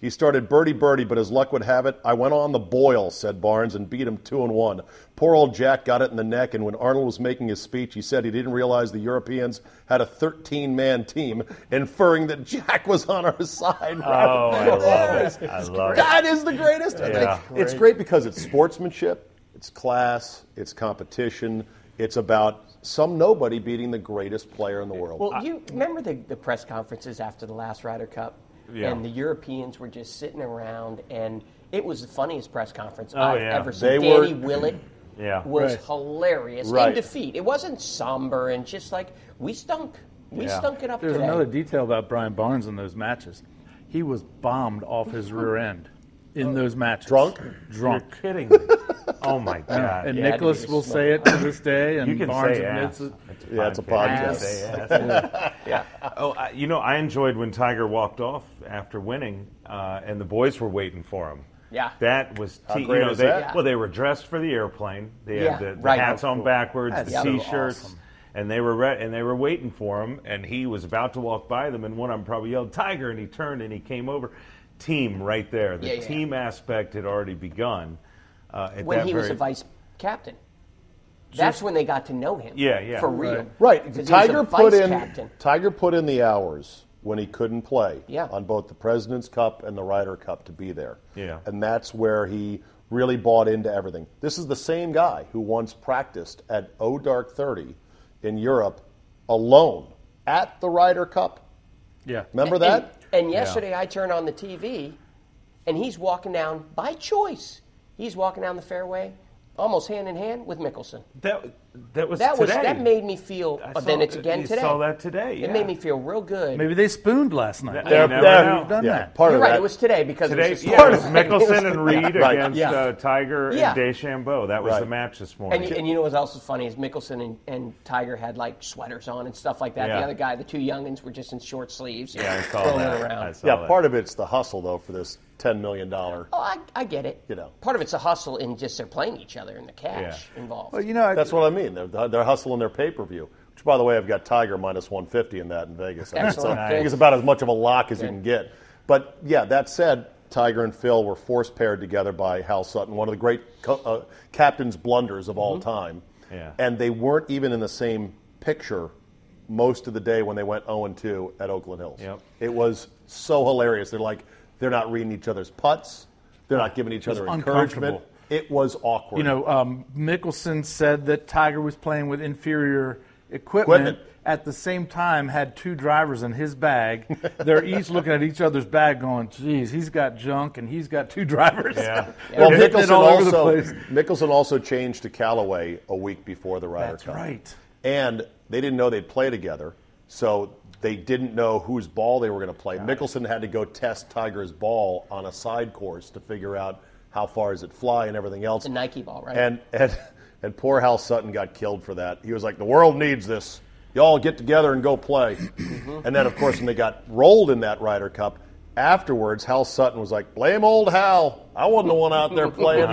[SPEAKER 3] He started birdie birdie, but as luck would have it, I went on the boil, said Barnes, and beat him two and one. Poor old Jack got it in the neck, and when Arnold was making his speech, he said he didn't realize the Europeans had a 13 man team, inferring that Jack was on our side.
[SPEAKER 5] Oh, I love it. I love it.
[SPEAKER 3] That is the greatest.
[SPEAKER 5] Yeah.
[SPEAKER 3] It's great because it's sportsmanship, it's class, it's competition, it's about some nobody beating the greatest player in the world.
[SPEAKER 4] Well, you remember the, the press conferences after the last Ryder Cup?
[SPEAKER 5] Yeah.
[SPEAKER 4] And the Europeans were just sitting around, and it was the funniest press conference
[SPEAKER 5] Oh,
[SPEAKER 4] I've
[SPEAKER 5] yeah.
[SPEAKER 4] ever seen.
[SPEAKER 3] They were-
[SPEAKER 4] Danny Willett
[SPEAKER 5] Yeah.
[SPEAKER 4] was
[SPEAKER 7] Right.
[SPEAKER 4] hilarious.
[SPEAKER 3] Right.
[SPEAKER 4] And defeat. It wasn't somber and just like we stunk. We
[SPEAKER 5] Yeah.
[SPEAKER 4] stunk it up
[SPEAKER 7] There's
[SPEAKER 4] today.
[SPEAKER 7] another detail about Brian Barnes in those matches. He was bombed off his rear end in those matches.
[SPEAKER 3] Drunk?
[SPEAKER 7] Drunk.
[SPEAKER 5] Kidding. me. oh my god.
[SPEAKER 7] And
[SPEAKER 4] Yeah,
[SPEAKER 7] Nicholas
[SPEAKER 4] dude,
[SPEAKER 7] will
[SPEAKER 4] it's-
[SPEAKER 7] say it to this day, and
[SPEAKER 5] you can
[SPEAKER 7] Barnes
[SPEAKER 5] say
[SPEAKER 7] admits
[SPEAKER 5] ass.
[SPEAKER 7] it.
[SPEAKER 3] Yeah, it's a
[SPEAKER 5] fine.
[SPEAKER 3] podcast.
[SPEAKER 5] You can say ass. Oh, I, you know, I enjoyed when Tiger walked off after winning, uh, and the boys were waiting for him.
[SPEAKER 4] Yeah.
[SPEAKER 5] that was
[SPEAKER 3] How
[SPEAKER 5] te-
[SPEAKER 3] great
[SPEAKER 5] you know,
[SPEAKER 3] is
[SPEAKER 5] they,
[SPEAKER 3] that?
[SPEAKER 5] Well, they were dressed for the airplane. They
[SPEAKER 4] Yeah,
[SPEAKER 5] had the, the
[SPEAKER 4] right.
[SPEAKER 5] hats
[SPEAKER 4] Oh,
[SPEAKER 5] on
[SPEAKER 4] cool.
[SPEAKER 5] backwards,
[SPEAKER 7] That's
[SPEAKER 5] the
[SPEAKER 7] so
[SPEAKER 5] t-shirts,
[SPEAKER 7] awesome.
[SPEAKER 5] and they were re- and they were waiting for him. And he was about to walk by them, and one of them probably yelled "Tiger!" and he turned and he came over. Team right there. The
[SPEAKER 4] Yeah, yeah.
[SPEAKER 5] team aspect had already begun. Uh, at
[SPEAKER 4] when
[SPEAKER 5] that
[SPEAKER 4] he was
[SPEAKER 5] very-
[SPEAKER 4] a vice captain. That's when they got to know him.
[SPEAKER 5] Yeah, yeah.
[SPEAKER 4] For real.
[SPEAKER 3] Right.
[SPEAKER 4] 'Cause he was a
[SPEAKER 3] Tiger put
[SPEAKER 4] vice
[SPEAKER 3] in
[SPEAKER 4] captain.
[SPEAKER 3] Tiger put in the hours when he couldn't play
[SPEAKER 4] Yeah.
[SPEAKER 3] on both the President's Cup and the Ryder Cup to be there.
[SPEAKER 5] Yeah.
[SPEAKER 3] And that's where he really bought into everything. This is the same guy who once practiced at O Dark 30 in Europe alone at the Ryder Cup.
[SPEAKER 7] Yeah.
[SPEAKER 3] Remember that?
[SPEAKER 4] And, and yesterday I turned on the TV and he's walking down by choice. He's walking down the fairway almost hand in hand with Mickelson.
[SPEAKER 5] that that was
[SPEAKER 4] That was
[SPEAKER 5] today.
[SPEAKER 4] that made me feel
[SPEAKER 5] I
[SPEAKER 4] but then
[SPEAKER 5] saw-
[SPEAKER 4] it's again
[SPEAKER 5] you
[SPEAKER 4] today.
[SPEAKER 5] saw that today, yeah.
[SPEAKER 4] It made me feel real good.
[SPEAKER 7] Maybe they spooned last
[SPEAKER 5] They're-
[SPEAKER 7] night. I
[SPEAKER 5] never
[SPEAKER 7] never
[SPEAKER 5] know.
[SPEAKER 7] have done
[SPEAKER 3] yeah,
[SPEAKER 7] that.
[SPEAKER 3] part
[SPEAKER 4] You're
[SPEAKER 3] of
[SPEAKER 4] right,
[SPEAKER 3] that.
[SPEAKER 4] it was today because it
[SPEAKER 5] Today,
[SPEAKER 4] was, a
[SPEAKER 5] yeah, it was
[SPEAKER 4] story.
[SPEAKER 5] Mickelson and Reed
[SPEAKER 3] Right.
[SPEAKER 5] against
[SPEAKER 4] Yeah.
[SPEAKER 5] uh, Tiger
[SPEAKER 4] Yeah.
[SPEAKER 5] and DeChambeau. That was
[SPEAKER 3] Right.
[SPEAKER 5] the match this
[SPEAKER 4] And,
[SPEAKER 5] morning.
[SPEAKER 4] and you know what else is funny is Mickelson and, and Tiger had like sweaters on and stuff like that.
[SPEAKER 5] Yeah.
[SPEAKER 4] The other guy, the two youngins, were just in short sleveves.
[SPEAKER 5] yeah, I saw
[SPEAKER 4] rolling
[SPEAKER 5] that.
[SPEAKER 4] around.
[SPEAKER 5] I saw
[SPEAKER 3] yeah,
[SPEAKER 5] that.
[SPEAKER 3] part of it's the hustle though for this 10 million dollar.
[SPEAKER 4] Oh, I, I get it.
[SPEAKER 3] You know.
[SPEAKER 4] part of it's a hustle in just they're playing each other and the cash
[SPEAKER 5] Yeah.
[SPEAKER 4] involved.
[SPEAKER 7] Well, you know, I-
[SPEAKER 3] That's what I mean. They're, they're hustling their pay per view. Which, by the way, I've got Tiger minus 150 in that in Vegas. I think, so
[SPEAKER 4] Excellent.
[SPEAKER 3] I think it's about as much of a lock as you can get. But yeah, that said, Tiger and Phil were force paired together by Hal Sutton, one of the great co- uh, captain's blunders of
[SPEAKER 7] Mm-hmm.
[SPEAKER 3] all time.
[SPEAKER 5] Yeah.
[SPEAKER 3] And they weren't even in the same picture most of the day when they went 0 2 at Oakland Hills.
[SPEAKER 5] Yep.
[SPEAKER 3] It was so hilarious. They're like, they're not reading each other's putts, they're not giving each
[SPEAKER 7] It was
[SPEAKER 3] other encouragement.
[SPEAKER 7] uncomfortable.
[SPEAKER 3] It was awkward.
[SPEAKER 7] you know, um, Mickelson said that Tiger was playing with inferior equipment.
[SPEAKER 3] Equipment.
[SPEAKER 7] At the same time, had two drivers in his bag. They're each looking at each other's bag, going, "Geez, he's got junk, and he's got two drivers."
[SPEAKER 5] Yeah.
[SPEAKER 7] They're
[SPEAKER 3] Well,
[SPEAKER 7] hitting it
[SPEAKER 3] Mickelson
[SPEAKER 7] all over the
[SPEAKER 3] also
[SPEAKER 7] place.
[SPEAKER 3] Mickelson also changed to Callaway a week before the Ryder
[SPEAKER 7] That's
[SPEAKER 3] Cup.
[SPEAKER 7] right.
[SPEAKER 3] And they didn't know they'd play together, so they didn't know whose ball they were going to play. Mickelson had to go test Tiger's ball on a side course to figure out how far does it fly and everything else.
[SPEAKER 4] the Nike ball, right?
[SPEAKER 3] And and and poor Hal Sutton got killed for that. He was like, "The world needs this. Y'all get together and go play." and then, of course, when they got rolled in that Ryder Cup, afterwards, Hal Sutton was like, "Blame old Hal. I wasn't the one out there playing."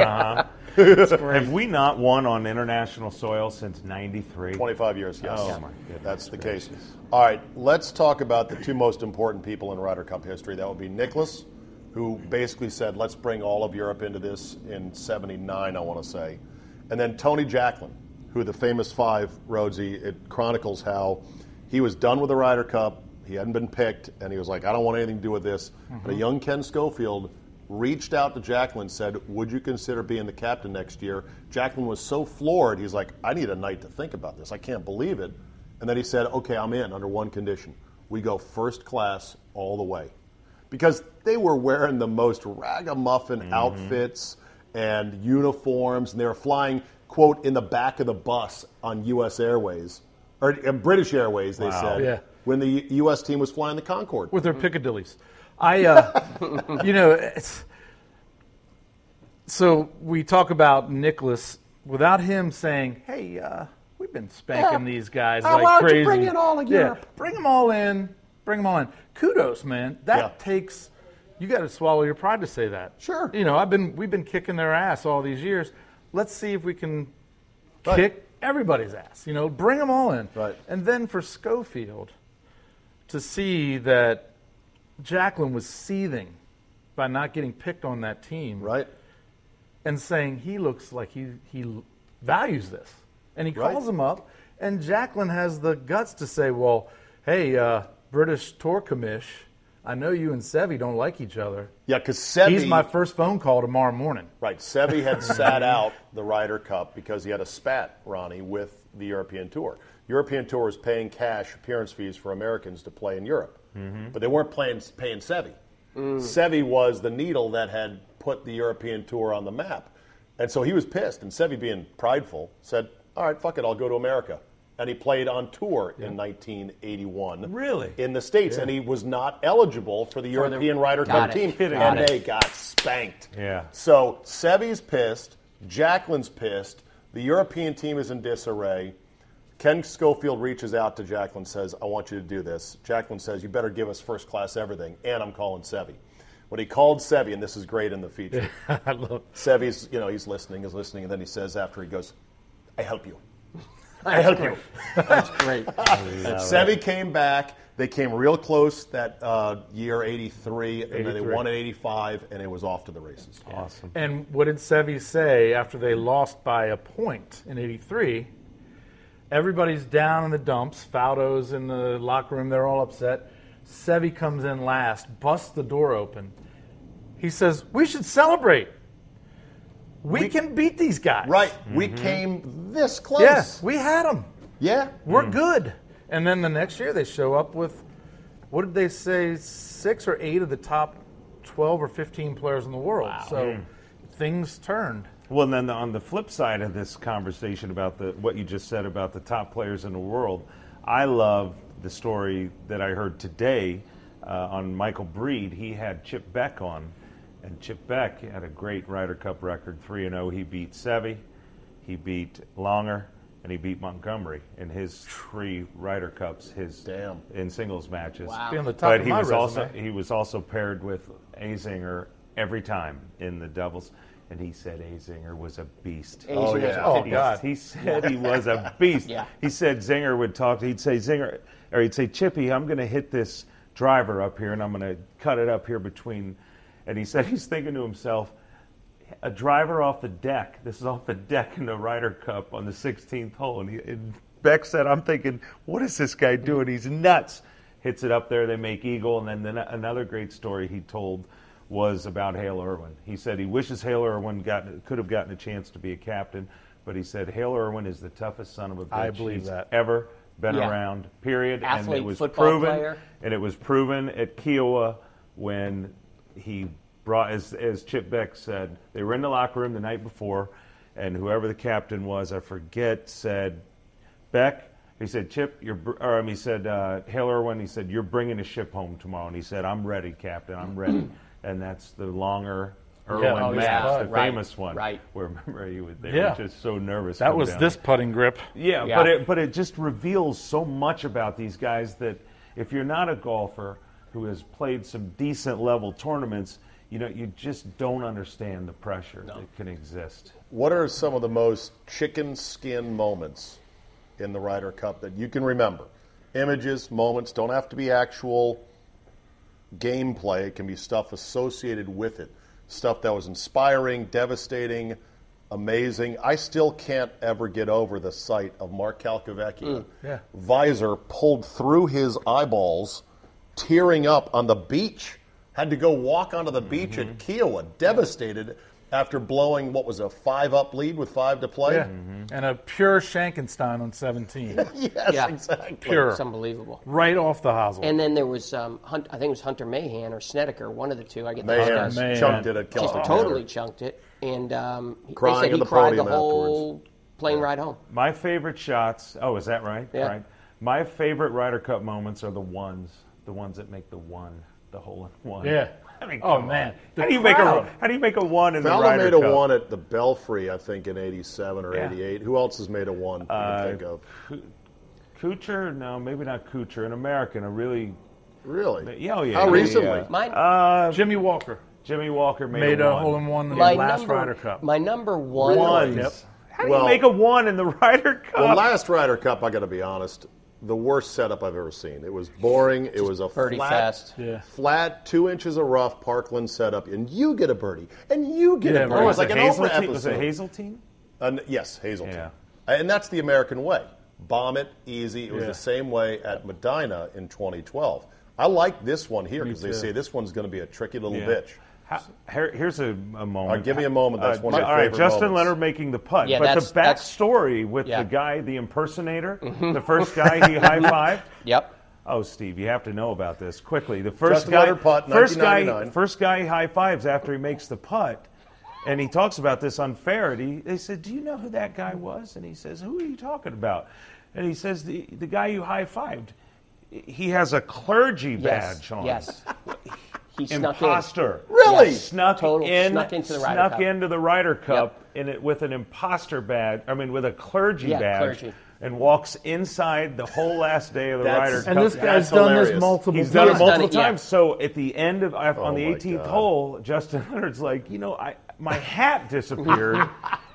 [SPEAKER 5] Have we not won on international soil since '93?
[SPEAKER 3] 25 years, yes.
[SPEAKER 5] Oh, my goodness
[SPEAKER 3] That's the case. All right, let's talk about the two most important people in Ryder Cup history. That would be Nicholas, who basically said, let's bring all of Europe into this in 79, I want to say. And then Tony Jacklin, who the famous five, Rhodesy, it chronicles how he was done with the Ryder Cup, he hadn't been picked, and he was like, I don't want anything to do with this. And a young Ken Schofield reached out to Jacklin, said, Would you consider being the captain next year? Jacklin was so floored, he's like, I need a night to think about this. I can't believe it. And then he said, Okay, I'm in under one condition. We go first class all the way. Because they were wearing the most ragamuffin
[SPEAKER 7] Mm-hmm.
[SPEAKER 3] outfits and uniforms, and they were flying, quote, in the back of the bus on U.S. Airways, or uh, British Airways, they said,
[SPEAKER 7] Yeah.
[SPEAKER 3] when the U- U.S. team was flying the Concorde.
[SPEAKER 7] with their
[SPEAKER 4] Mm-hmm.
[SPEAKER 7] Piccadillys. I, uh, you know, it's, so we talk about Nicholas without him saying, "Hey, uh, we've been spanking
[SPEAKER 4] Yeah.
[SPEAKER 7] these guys
[SPEAKER 4] How
[SPEAKER 7] like
[SPEAKER 4] about you
[SPEAKER 7] crazy."
[SPEAKER 4] bring it all to
[SPEAKER 7] Yeah,
[SPEAKER 4] Europe?
[SPEAKER 7] bring them all in. Bring them all in. Kudos, man. That
[SPEAKER 3] Yeah.
[SPEAKER 7] takes. You got to swallow your pride to say that.
[SPEAKER 3] Sure.
[SPEAKER 7] You know, I've been we've been kicking their ass all these years. Let's see if we can kick everybody's ass. You know, bring them all in.
[SPEAKER 3] Right.
[SPEAKER 7] And then for Schofield to see that Jacqueline was seething by not getting picked on that team,
[SPEAKER 3] Right?
[SPEAKER 7] and saying he looks like he he values this, and he
[SPEAKER 3] Right.
[SPEAKER 7] calls him up, and Jacqueline has the guts to say, "Well, hey, uh, British Tour Commish, I know you and Sevi don't like each other.
[SPEAKER 3] Yeah, because Sebi.
[SPEAKER 7] He's my first phone call tomorrow morning."
[SPEAKER 3] Right. Seve had sat out the Ryder Cup because he had a spat, Ronnie, with the European Tour. European Tour was paying cash appearance fees for Americans to play in Europe,
[SPEAKER 4] Mm-hmm.
[SPEAKER 3] but they weren't playing, paying Seve. Seve was the needle that had put the European Tour on the map. And so he was pissed, and Sevy, being prideful, said, All right, fuck it, I'll go to America. And he played on tour in 1981.
[SPEAKER 9] Really?
[SPEAKER 3] In the States, and he was not eligible for the European Ryder
[SPEAKER 4] Got
[SPEAKER 3] Cup
[SPEAKER 4] it.
[SPEAKER 3] team,
[SPEAKER 4] Kidding.
[SPEAKER 3] and
[SPEAKER 4] Got it.
[SPEAKER 3] they got spanked.
[SPEAKER 5] Yeah.
[SPEAKER 3] So Sevy's pissed, Jacqueline's pissed, the European team is in disarray. Ken Schofield reaches out to Jacqueline, says, I want you to do this. Jacqueline says, You better give us first class everything, and I'm calling Sevy. When he called Sevy, and this is great in the feature,
[SPEAKER 7] I love.
[SPEAKER 3] Sevy's, you know, he's listening, is listening, and then he says after he goes, I help you. I help you.
[SPEAKER 4] That's great.
[SPEAKER 3] Sevy came back. They came real close that uh, year, 83, and then they
[SPEAKER 7] 83.
[SPEAKER 3] won in 85, and it was off to the races.
[SPEAKER 5] Awesome.
[SPEAKER 7] And what did Sevy say after they lost by a point in '83? Everybody's down in the dumps. Faldo's in the locker room. They're all upset. Sevy comes in last, busts the door open. He says, "We should celebrate. We, can beat these guys.
[SPEAKER 3] Right. We came this close.
[SPEAKER 7] Yes, Hmm. we had them.
[SPEAKER 3] Yeah.
[SPEAKER 7] We're good." And then the next year, they show up with what did they say? Six or eight of the top twelve or fifteen players in the world. So things turned.
[SPEAKER 5] Well, and then the, on the flip side of this conversation about the what you just said about the top players in the world, I love the story that I heard today uh, on Michael Breed. He had Chip Beck on, and Chip Beck had a great Ryder Cup record, three and zero. He beat Seve, he beat Longer, and he beat Montgomery in his three Ryder Cups. His
[SPEAKER 3] Damn.
[SPEAKER 5] in singles matches.
[SPEAKER 4] Wow.
[SPEAKER 7] Be on the top
[SPEAKER 5] But
[SPEAKER 7] of
[SPEAKER 5] he
[SPEAKER 7] my
[SPEAKER 5] was
[SPEAKER 7] resume.
[SPEAKER 5] also he was also paired with Azinger every time in the doubles, and he said Azinger was a beast.
[SPEAKER 4] Oh, yeah.
[SPEAKER 5] He-
[SPEAKER 7] Oh, God.
[SPEAKER 5] He said he was a beast.
[SPEAKER 4] Yeah.
[SPEAKER 5] He said Zinger would talk. He'd say Zinger, or he'd say Chippy, I'm going to hit this driver up here, and I'm going to cut it up here between. And he said he's thinking to himself. A driver off the deck. This is off the deck in the Ryder Cup on the 16th hole, and, he, and Beck said, "I'm thinking, what is this guy doing? He's nuts." hits it up there. They make eagle, and then, then another great story he told was about Hale Irwin. He said he wishes Hale Irwin got could have gotten a chance to be a captain, but he said Hale Irwin is the toughest son of a bitch
[SPEAKER 7] I believe
[SPEAKER 5] he's
[SPEAKER 7] that.
[SPEAKER 5] ever been
[SPEAKER 4] Yeah.
[SPEAKER 5] around. Period. and
[SPEAKER 4] Athlete,
[SPEAKER 5] it was
[SPEAKER 4] football
[SPEAKER 5] proven,
[SPEAKER 4] player.
[SPEAKER 5] and it was proven at Kiowa when he brought, as, as Chip Beck said, they were in the locker room the night before, and whoever the captain was, I forget, said Beck. He said, Chip, you're, br- or um, he said, uh, Hale Irwin, he said, you're bringing the ship home tomorrow. And he said, I'm ready, Captain, I'm ready. and that's the longer Irwin
[SPEAKER 7] oh, yeah.
[SPEAKER 5] match, the
[SPEAKER 4] Right,
[SPEAKER 5] famous one.
[SPEAKER 4] right.
[SPEAKER 5] Where remember, you were, they
[SPEAKER 7] Yeah.
[SPEAKER 5] were just so nervous.
[SPEAKER 7] That
[SPEAKER 5] coming
[SPEAKER 7] was
[SPEAKER 5] down.
[SPEAKER 7] this putting grip.
[SPEAKER 5] Yeah,
[SPEAKER 4] Yeah.
[SPEAKER 5] but it but it just reveals so much about these guys that if you're not a golfer who has played some decent level tournaments, you know, you just don't understand the pressure that can exist.
[SPEAKER 3] What are some of the most chicken skin moments in the Ryder Cup that you can remember? Images, moments, don't have to be actual gameplay. It can be stuff associated with it. Stuff that was inspiring, devastating, amazing. I still can't ever get over the sight of Mark Calcavecchia.
[SPEAKER 7] yeah.
[SPEAKER 3] Visor pulled through his eyeballs, tearing up on the beach. Had to go walk onto the beach at
[SPEAKER 5] Mm-hmm.
[SPEAKER 3] Kiowa, devastated after blowing what was a five up lead with five to play.
[SPEAKER 7] Yeah. And a pure Shankenstein on 17.
[SPEAKER 3] Yes,
[SPEAKER 4] Yeah.
[SPEAKER 3] exactly.
[SPEAKER 7] Pure.
[SPEAKER 4] It's unbelievable.
[SPEAKER 7] right off the hosel.
[SPEAKER 4] And then there was, um, Hunt, I think it was Hunter Mahan or Snedeker, one of the two. I get those
[SPEAKER 3] Mayhem
[SPEAKER 5] Oh,
[SPEAKER 4] guys.
[SPEAKER 7] Man.
[SPEAKER 3] chunked it at
[SPEAKER 4] Just
[SPEAKER 3] Kelsey.
[SPEAKER 4] totally chunked it, and um, he-
[SPEAKER 3] Crying
[SPEAKER 4] they
[SPEAKER 3] at
[SPEAKER 4] said he
[SPEAKER 3] the
[SPEAKER 4] cried the
[SPEAKER 3] podium
[SPEAKER 4] whole plane ride home.
[SPEAKER 5] My favorite shots. Oh, is that right?
[SPEAKER 4] Yeah.
[SPEAKER 5] Right. My favorite Ryder Cup moments are the ones, the ones that make the one, the hole in one.
[SPEAKER 7] yeah.
[SPEAKER 5] I mean,
[SPEAKER 7] oh
[SPEAKER 5] come
[SPEAKER 7] man.
[SPEAKER 5] on.
[SPEAKER 7] The
[SPEAKER 5] how do you make a
[SPEAKER 7] crowd.
[SPEAKER 5] how do you make a one in the
[SPEAKER 3] Fowler
[SPEAKER 5] Ryder
[SPEAKER 3] made
[SPEAKER 5] Cup?
[SPEAKER 3] a one at the Belfry, I think, in '87 or
[SPEAKER 5] Yeah. Uh,
[SPEAKER 3] '88. Who else has made a one? I can think of
[SPEAKER 5] Kuchar? No, maybe not Kuchar. An American, a really
[SPEAKER 3] really?
[SPEAKER 5] yeah, oh, yeah.
[SPEAKER 3] How
[SPEAKER 5] yeah,
[SPEAKER 3] recently?
[SPEAKER 5] yeah.
[SPEAKER 4] Mine
[SPEAKER 7] Uh, Jimmy Walker
[SPEAKER 5] Jimmy Walker made,
[SPEAKER 7] made
[SPEAKER 5] a,
[SPEAKER 7] a
[SPEAKER 5] one.
[SPEAKER 7] hole in one in the
[SPEAKER 4] my
[SPEAKER 7] last
[SPEAKER 4] number,
[SPEAKER 7] Ryder Cup.
[SPEAKER 4] My number one.
[SPEAKER 5] Ones.
[SPEAKER 7] Yep.
[SPEAKER 5] How do
[SPEAKER 3] Well-
[SPEAKER 5] you make a one in the Ryder Cup?
[SPEAKER 3] The last Ryder Cup, I got to be honest, the worst setup I've ever seen. It was boring. It was a
[SPEAKER 4] birdie
[SPEAKER 3] flat,
[SPEAKER 4] fest.
[SPEAKER 7] Yeah.
[SPEAKER 3] flat two inches of rough Parkland setup, and you get a birdie, and you get a
[SPEAKER 7] Yeah, right.
[SPEAKER 3] birdie. It was
[SPEAKER 7] Was
[SPEAKER 3] like an Oprah episode.
[SPEAKER 5] Was it Hazeltine?
[SPEAKER 3] An- yes, Hazelton.
[SPEAKER 5] Yeah.
[SPEAKER 3] And that's the American way. Bomb it, easy. It was
[SPEAKER 7] Yeah.
[SPEAKER 3] the same way at Medina in 2012. I like this one here because they
[SPEAKER 7] too.
[SPEAKER 3] say this one's going to be a tricky little
[SPEAKER 5] Yeah.
[SPEAKER 3] bitch.
[SPEAKER 5] How, here, here's a, a moment.
[SPEAKER 3] Uh, give me a moment. That's one of
[SPEAKER 5] ju-
[SPEAKER 3] my
[SPEAKER 5] All right,
[SPEAKER 3] favorite
[SPEAKER 5] Justin
[SPEAKER 3] moments.
[SPEAKER 5] Leonard making the putt.
[SPEAKER 4] Yeah,
[SPEAKER 5] but
[SPEAKER 4] that's-
[SPEAKER 5] the
[SPEAKER 4] that's-
[SPEAKER 5] backstory with
[SPEAKER 4] Yeah.
[SPEAKER 5] the guy, the impersonator, the first guy he high fived.
[SPEAKER 4] Yep.
[SPEAKER 5] Oh, Steve, you have to know about this quickly. The first
[SPEAKER 3] Justin
[SPEAKER 5] guy,
[SPEAKER 3] Leonard putt,
[SPEAKER 5] first guy,
[SPEAKER 3] 1999.
[SPEAKER 5] first guy high fives after he makes the putt, and he talks about this unfairity. They said, "Do you know who that guy was?" And he says, "Who are you talking about?" And he says, "The the guy you high fived. He has a clergy
[SPEAKER 4] Yes,
[SPEAKER 5] badge on.
[SPEAKER 4] Yes. He snuck in.
[SPEAKER 5] Imposter.
[SPEAKER 4] Really? Yes,
[SPEAKER 5] Snuck
[SPEAKER 4] total-
[SPEAKER 5] in.
[SPEAKER 4] snuck into the Ryder
[SPEAKER 5] snuck
[SPEAKER 4] Cup.
[SPEAKER 5] into the Ryder Cup in it with an imposter badge. I mean, with a clergy
[SPEAKER 4] Yeah,
[SPEAKER 5] badge.
[SPEAKER 4] clergy.
[SPEAKER 5] And walks inside the whole last day of the
[SPEAKER 3] That's-
[SPEAKER 5] Ryder Cup.
[SPEAKER 7] And this
[SPEAKER 3] That's
[SPEAKER 7] guy's done this
[SPEAKER 3] hilarious.
[SPEAKER 7] multiple
[SPEAKER 5] He's done
[SPEAKER 7] times.
[SPEAKER 5] it
[SPEAKER 4] He's done
[SPEAKER 5] multiple
[SPEAKER 4] it, yeah.
[SPEAKER 5] times. So at the end of I- on the
[SPEAKER 3] my
[SPEAKER 5] 18th
[SPEAKER 3] God.
[SPEAKER 5] hole, Justin Leonard's like, you know, I my hat disappeared,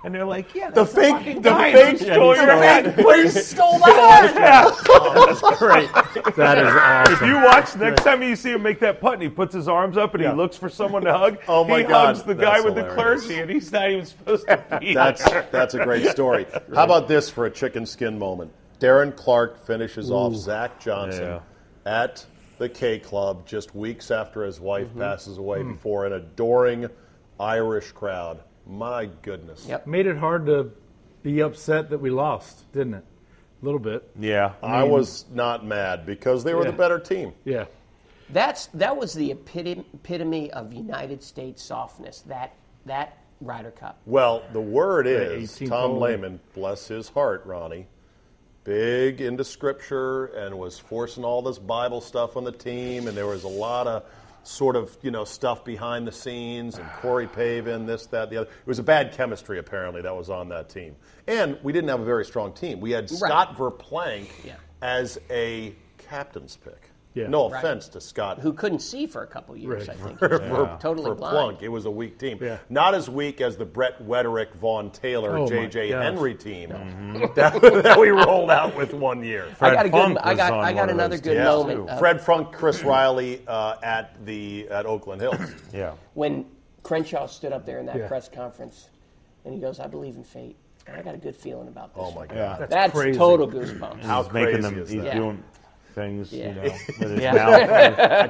[SPEAKER 5] and they're like, yeah,
[SPEAKER 3] The
[SPEAKER 5] that's a fucking
[SPEAKER 3] fake, the
[SPEAKER 5] guy.
[SPEAKER 3] fake
[SPEAKER 5] Yeah,
[SPEAKER 3] stole
[SPEAKER 5] he
[SPEAKER 3] your hat. Please stole my hat.
[SPEAKER 7] Great. That is
[SPEAKER 5] Oh,
[SPEAKER 7] awesome.
[SPEAKER 5] If you watch next time you see him make that putt, and he puts his arms up and
[SPEAKER 3] Yeah.
[SPEAKER 5] he looks for someone to hug.
[SPEAKER 3] Oh my
[SPEAKER 5] he
[SPEAKER 3] God,
[SPEAKER 5] hugs the
[SPEAKER 3] that's
[SPEAKER 5] guy with
[SPEAKER 3] hilarious.
[SPEAKER 5] the clergy, and he's not even supposed to be.
[SPEAKER 3] That's
[SPEAKER 5] there.
[SPEAKER 3] that's a great story. How about this for a chicken skin moment? Darren Clark finishes off Zach Johnson at the K Club just weeks after his wife passes away before an adoring Irish crowd. My goodness.
[SPEAKER 4] Yep.
[SPEAKER 7] Made it hard to be upset that we lost, didn't it? A little bit.
[SPEAKER 5] yeah.
[SPEAKER 3] I was not mad because they were the
[SPEAKER 7] Yeah.
[SPEAKER 3] better team.
[SPEAKER 7] Yeah.
[SPEAKER 4] That's that was the epitome, epitome of United States softness. That that Ryder Cup.
[SPEAKER 3] Well, the word is
[SPEAKER 7] 18th
[SPEAKER 3] Tom
[SPEAKER 7] hole.
[SPEAKER 3] Lehman, bless his heart, Ronnie, big into scripture and was forcing all this Bible stuff on the team, and there was a lot of sort of you know stuff behind the scenes and Corey Pavin, this, that, the other. It was a bad chemistry apparently that was on that team, and we didn't have a very strong team. We had Scott Verplank
[SPEAKER 4] Yeah.
[SPEAKER 3] as a captain's pick.
[SPEAKER 7] Yeah.
[SPEAKER 3] No
[SPEAKER 4] Right.
[SPEAKER 3] offense to Scott
[SPEAKER 4] Who couldn't see for a couple years? I think
[SPEAKER 3] for,
[SPEAKER 4] totally
[SPEAKER 3] for
[SPEAKER 4] blind.
[SPEAKER 3] Plunk. It was a weak team.
[SPEAKER 7] Yeah.
[SPEAKER 3] Not as weak as the Brett Wederick, Vaughn Taylor,
[SPEAKER 7] Oh, my
[SPEAKER 3] J.J.
[SPEAKER 7] gosh.
[SPEAKER 3] Henry team that, that we rolled out with one year.
[SPEAKER 4] I
[SPEAKER 5] Fred
[SPEAKER 4] got a good.
[SPEAKER 5] Funk
[SPEAKER 4] I got.
[SPEAKER 5] was on
[SPEAKER 4] I
[SPEAKER 5] one
[SPEAKER 4] got
[SPEAKER 5] of
[SPEAKER 4] another
[SPEAKER 5] those
[SPEAKER 4] good
[SPEAKER 5] teams,
[SPEAKER 4] moment. of-
[SPEAKER 3] Fred Funk, Chris Riley uh, at the at Oakland Hills.
[SPEAKER 5] yeah.
[SPEAKER 4] when Crenshaw stood up there in that
[SPEAKER 7] Yeah.
[SPEAKER 4] press conference, and he goes, "I believe in fate." And I got a good feeling about this.
[SPEAKER 3] Oh my God!
[SPEAKER 5] Yeah.
[SPEAKER 4] That's
[SPEAKER 7] crazy.
[SPEAKER 4] total goosebumps.
[SPEAKER 3] How
[SPEAKER 5] he's making
[SPEAKER 3] crazy
[SPEAKER 5] them.
[SPEAKER 3] is
[SPEAKER 5] he's
[SPEAKER 3] that?
[SPEAKER 5] doing things,
[SPEAKER 4] Yeah.
[SPEAKER 5] you know, with his
[SPEAKER 4] Yeah.
[SPEAKER 5] mouth. yeah. I,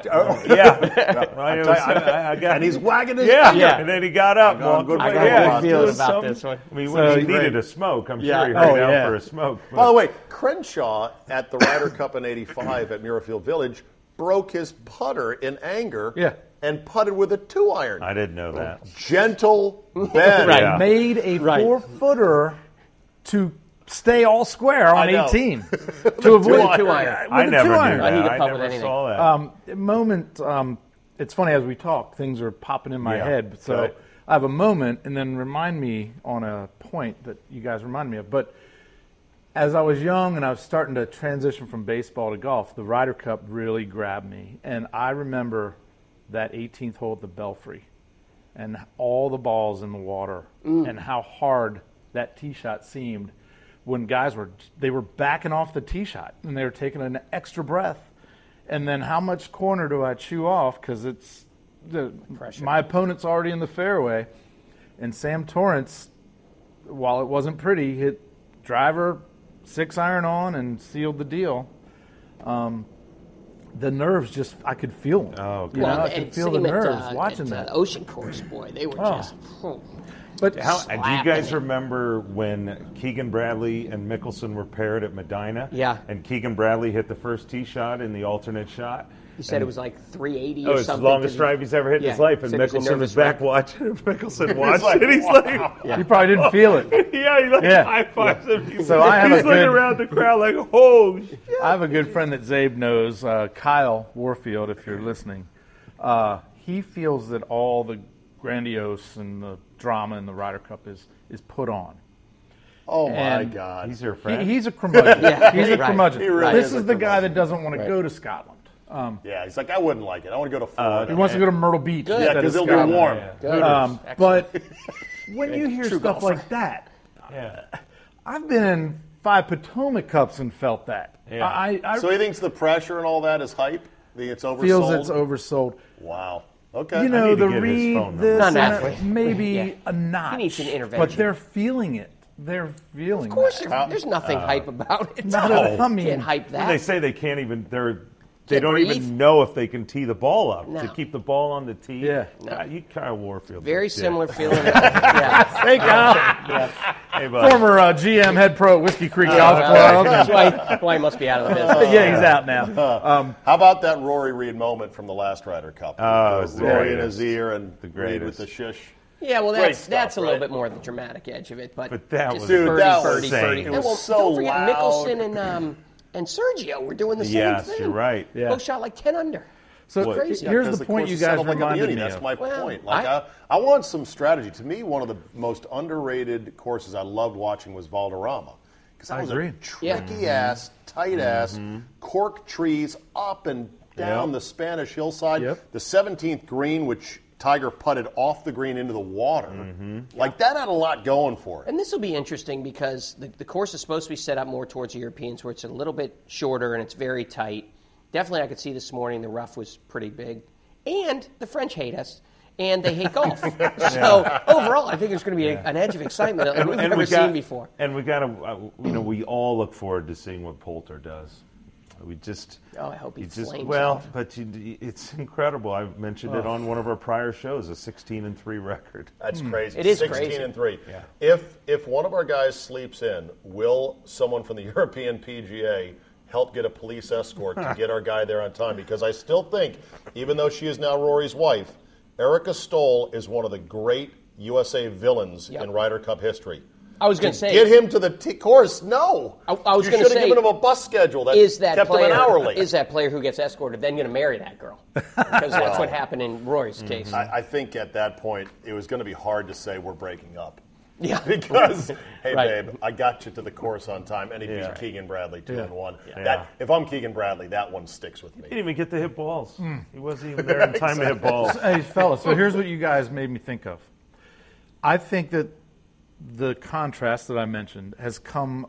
[SPEAKER 3] tell you,
[SPEAKER 5] I- I got-
[SPEAKER 3] And he's wagging his
[SPEAKER 5] yeah.
[SPEAKER 3] finger.
[SPEAKER 5] yeah. And then he got up.
[SPEAKER 3] got a
[SPEAKER 5] walked
[SPEAKER 3] good
[SPEAKER 5] away.
[SPEAKER 3] I got a good
[SPEAKER 5] Yeah, he's
[SPEAKER 3] feeling
[SPEAKER 5] doing
[SPEAKER 9] about
[SPEAKER 5] something.
[SPEAKER 9] this one.
[SPEAKER 5] I mean,
[SPEAKER 7] So
[SPEAKER 5] when he
[SPEAKER 7] great.
[SPEAKER 5] needed a smoke, I'm
[SPEAKER 9] Yeah.
[SPEAKER 5] sure he hung
[SPEAKER 7] Oh,
[SPEAKER 5] out
[SPEAKER 7] yeah.
[SPEAKER 5] for a smoke.
[SPEAKER 3] By
[SPEAKER 5] but-
[SPEAKER 3] the way, Crenshaw at the Ryder Cup in '85 at Muirfield Village broke his putter in anger.
[SPEAKER 7] Yeah.
[SPEAKER 3] And putted with a two iron.
[SPEAKER 5] I didn't know that.
[SPEAKER 3] Gentle bend.
[SPEAKER 5] Right. Yeah.
[SPEAKER 7] Made a four footer to stay all square on
[SPEAKER 3] I know.
[SPEAKER 7] 18 to avoid
[SPEAKER 4] Two iron.
[SPEAKER 7] With
[SPEAKER 5] I
[SPEAKER 7] a
[SPEAKER 5] never
[SPEAKER 7] two iron.
[SPEAKER 5] knew that.
[SPEAKER 4] I need a
[SPEAKER 5] I,
[SPEAKER 4] pup with
[SPEAKER 5] never
[SPEAKER 4] anything.
[SPEAKER 5] saw that.
[SPEAKER 7] Um, moment. Um, it's funny as we talk, things are popping in my
[SPEAKER 5] Yeah,
[SPEAKER 7] head. So
[SPEAKER 5] right.
[SPEAKER 7] I have a moment, and then remind me on a point that you guys remind me of. But as I was young and I was starting to transition from baseball to golf, the Ryder Cup really grabbed me, and I remember that 18th hole at the Belfry, and all the balls in the water, and how hard that tee shot seemed. When guys were they were backing off the tee shot and they were taking an extra breath, and then how much corner do I chew off because it's the, my opponent's already in the fairway, and Sam Torrance, while it wasn't pretty, hit driver six iron on and sealed the deal. Um, the nerves just I could feel them.
[SPEAKER 5] Oh,
[SPEAKER 7] you know,
[SPEAKER 5] God.
[SPEAKER 7] I could
[SPEAKER 4] and
[SPEAKER 7] feel the
[SPEAKER 4] same at,
[SPEAKER 7] nerves
[SPEAKER 4] uh,
[SPEAKER 7] watching
[SPEAKER 4] at, uh,
[SPEAKER 7] that.
[SPEAKER 4] Ocean Course, boy, they were just.
[SPEAKER 7] but
[SPEAKER 5] How, and do you guys
[SPEAKER 4] slapping it.
[SPEAKER 5] remember when Keegan Bradley and Mickelson were paired at Medina?
[SPEAKER 4] Yeah.
[SPEAKER 5] And Keegan Bradley hit the first tee shot in the alternate shot.
[SPEAKER 4] He said it was like 380
[SPEAKER 5] Oh,
[SPEAKER 4] or
[SPEAKER 5] it's the
[SPEAKER 4] something.
[SPEAKER 5] longest
[SPEAKER 4] to the-
[SPEAKER 5] drive he's ever hit in
[SPEAKER 4] Yeah,
[SPEAKER 5] his life, and
[SPEAKER 4] said it was a
[SPEAKER 5] Mickelson was
[SPEAKER 4] nervous
[SPEAKER 5] back
[SPEAKER 4] wreck.
[SPEAKER 5] watching. And Mickelson watched it. He's like,
[SPEAKER 7] you probably didn't feel it.
[SPEAKER 5] yeah, he like
[SPEAKER 7] Yeah.
[SPEAKER 5] high fives him. He's,
[SPEAKER 7] So I have
[SPEAKER 5] he's
[SPEAKER 7] a
[SPEAKER 5] looking
[SPEAKER 7] good-
[SPEAKER 5] around the crowd like, oh, shit.
[SPEAKER 7] I have a good friend that Zabe knows, uh, Kyle Warfield, if you're listening. Uh, he feels that all the grandiose and the drama in the Ryder Cup is is put on.
[SPEAKER 3] Oh my
[SPEAKER 7] And
[SPEAKER 3] God!
[SPEAKER 5] Uh, He's your
[SPEAKER 7] He,
[SPEAKER 5] friend.
[SPEAKER 7] he's a curmudgeon.
[SPEAKER 4] Yeah,
[SPEAKER 7] he's a
[SPEAKER 4] right.
[SPEAKER 7] curmudgeon.
[SPEAKER 3] He really
[SPEAKER 7] this
[SPEAKER 3] is
[SPEAKER 7] is,
[SPEAKER 3] a
[SPEAKER 7] the guy
[SPEAKER 3] curmudgeon.
[SPEAKER 7] that doesn't want to go to Scotland. Um,
[SPEAKER 3] yeah, he's like I wouldn't like it. I want to go to Florida.
[SPEAKER 7] he wants to go to Myrtle Beach.
[SPEAKER 3] yeah,
[SPEAKER 7] instead of
[SPEAKER 3] because it'll be
[SPEAKER 7] Scotland.
[SPEAKER 3] warm.
[SPEAKER 7] Um, but when you hear stuff like that, I've been in five Potomac Cups and felt that.
[SPEAKER 5] Yeah.
[SPEAKER 7] I, I
[SPEAKER 3] So he thinks the pressure and all that is hype. The it's oversold.
[SPEAKER 7] feels it's oversold.
[SPEAKER 3] Wow. Okay.
[SPEAKER 7] you
[SPEAKER 5] need
[SPEAKER 7] know
[SPEAKER 5] to
[SPEAKER 7] the
[SPEAKER 5] get his
[SPEAKER 7] read
[SPEAKER 5] phone
[SPEAKER 4] number.
[SPEAKER 7] this
[SPEAKER 4] Not
[SPEAKER 7] and
[SPEAKER 4] an athlete.
[SPEAKER 7] maybe
[SPEAKER 4] Yeah.
[SPEAKER 7] a notch.
[SPEAKER 4] He needs an
[SPEAKER 7] But
[SPEAKER 4] intervention.
[SPEAKER 7] they're feeling it. They're feeling.
[SPEAKER 4] Of course,
[SPEAKER 7] that.
[SPEAKER 4] there- there's nothing hype about it.
[SPEAKER 7] Not at- I mean,
[SPEAKER 4] can't hype that.
[SPEAKER 5] They say they can't even. They're they
[SPEAKER 4] Can't
[SPEAKER 5] don't
[SPEAKER 4] breathe?
[SPEAKER 5] even know if they can tee the ball up
[SPEAKER 4] No.
[SPEAKER 5] to keep the ball on the tee.
[SPEAKER 7] Yeah.
[SPEAKER 5] God, you Kyle Warfield.
[SPEAKER 4] Very
[SPEAKER 5] Yeah.
[SPEAKER 4] similar feeling. yeah.
[SPEAKER 7] Hey, Kyle,
[SPEAKER 5] Hey, bud.
[SPEAKER 7] Uh, former uh, GM, head pro, at Whiskey Creek Golf
[SPEAKER 4] Well,
[SPEAKER 7] Club.
[SPEAKER 4] that's why, that's why he must be out of the business.
[SPEAKER 7] yeah, he's out now.
[SPEAKER 3] How about that Rory Reed moment from the last Ryder Cup?
[SPEAKER 5] Oh,
[SPEAKER 3] Uh,
[SPEAKER 5] it's the
[SPEAKER 3] Rory in
[SPEAKER 5] greatest.
[SPEAKER 3] his ear and
[SPEAKER 5] The
[SPEAKER 3] Reed with
[SPEAKER 5] greatest.
[SPEAKER 3] the shish.
[SPEAKER 4] Yeah, well,
[SPEAKER 3] Great
[SPEAKER 4] that's
[SPEAKER 3] stuff,
[SPEAKER 4] that's a little
[SPEAKER 3] right?
[SPEAKER 4] bit more of the dramatic edge of it, but,
[SPEAKER 5] But that
[SPEAKER 4] just
[SPEAKER 5] was Dude,
[SPEAKER 4] birdie,
[SPEAKER 3] that was
[SPEAKER 4] birdie,
[SPEAKER 5] insane.
[SPEAKER 4] birdie.
[SPEAKER 5] It
[SPEAKER 4] And
[SPEAKER 3] was
[SPEAKER 4] well,
[SPEAKER 3] so
[SPEAKER 4] don't forget
[SPEAKER 3] loud.
[SPEAKER 4] Mickelson and um and Sergio were doing the same
[SPEAKER 5] Yes,
[SPEAKER 4] thing.
[SPEAKER 5] you're right.
[SPEAKER 7] Yeah.
[SPEAKER 4] both shot like ten under.
[SPEAKER 7] So
[SPEAKER 5] What?
[SPEAKER 4] Crazy.
[SPEAKER 7] here's
[SPEAKER 3] Because
[SPEAKER 7] the point
[SPEAKER 3] course
[SPEAKER 7] you
[SPEAKER 3] is
[SPEAKER 7] guys
[SPEAKER 3] settled like a
[SPEAKER 7] reminded
[SPEAKER 3] beauty.
[SPEAKER 7] me
[SPEAKER 3] That's
[SPEAKER 7] of.
[SPEAKER 3] my
[SPEAKER 4] Well,
[SPEAKER 3] point. Like I,
[SPEAKER 4] I-
[SPEAKER 3] I, want some strategy. To me, one of the most underrated courses I loved watching was Valderrama because that
[SPEAKER 7] I
[SPEAKER 3] was
[SPEAKER 7] agree. Mm-hmm.
[SPEAKER 3] a tricky ass, tight ass, cork trees up and down the Spanish hillside.
[SPEAKER 7] Yep.
[SPEAKER 3] The 17th green, which Tiger putted off the green into the water,
[SPEAKER 7] Mm-hmm.
[SPEAKER 3] like that had a lot going for it.
[SPEAKER 4] And this will be interesting because the, the course is supposed to be set up more towards Europeans, where it's a little bit shorter and it's very tight. Definitely, I could see this morning the rough was pretty big, and the French hate us. And they hate golf. So overall, I think there's going to be a- an edge of excitement that we've never seen before.
[SPEAKER 5] And we got to, uh, you know, we all look forward to seeing what Poulter does. We just.
[SPEAKER 4] Oh, I hope he
[SPEAKER 5] you just,
[SPEAKER 4] flames
[SPEAKER 5] Well,
[SPEAKER 4] out.
[SPEAKER 5] but you, it's incredible. I mentioned
[SPEAKER 7] Oh.
[SPEAKER 5] it on one of our prior shows, a 16 and three record.
[SPEAKER 3] That's crazy.
[SPEAKER 4] It is
[SPEAKER 3] 16
[SPEAKER 4] crazy.
[SPEAKER 3] and three. If if one of our guys sleeps in, will someone from the European PGA help get a police escort to get our guy there on time? Because I still think, even though she is now Rory's wife, Erica Stoll is one of the great USA villains
[SPEAKER 4] Yep.
[SPEAKER 3] in Ryder Cup history.
[SPEAKER 4] I was going to say,
[SPEAKER 3] Get him to the t- course. No,
[SPEAKER 4] I- I was
[SPEAKER 3] you
[SPEAKER 4] gonna
[SPEAKER 3] should have
[SPEAKER 4] say,
[SPEAKER 3] given him a bus schedule that,
[SPEAKER 4] is that
[SPEAKER 3] kept
[SPEAKER 4] player
[SPEAKER 3] him an hour late.
[SPEAKER 4] is that player who gets escorted then going to marry that girl? Because that's what happened in Roy's case.
[SPEAKER 3] I, I think at that point it was going to be hard to say we're breaking up.
[SPEAKER 4] Yeah.
[SPEAKER 3] Because hey
[SPEAKER 4] Right.
[SPEAKER 3] babe, I got you to the course on time, and he
[SPEAKER 5] Yeah.
[SPEAKER 3] beat Keegan Bradley two and one.
[SPEAKER 5] Yeah.
[SPEAKER 3] That if I'm Keegan Bradley, that one sticks with
[SPEAKER 5] He
[SPEAKER 3] me.
[SPEAKER 5] didn't even get to hit balls. He wasn't even there in time to hit balls.
[SPEAKER 7] hey, fellas, so here's what you guys made me think of. I think that the contrast that I mentioned has come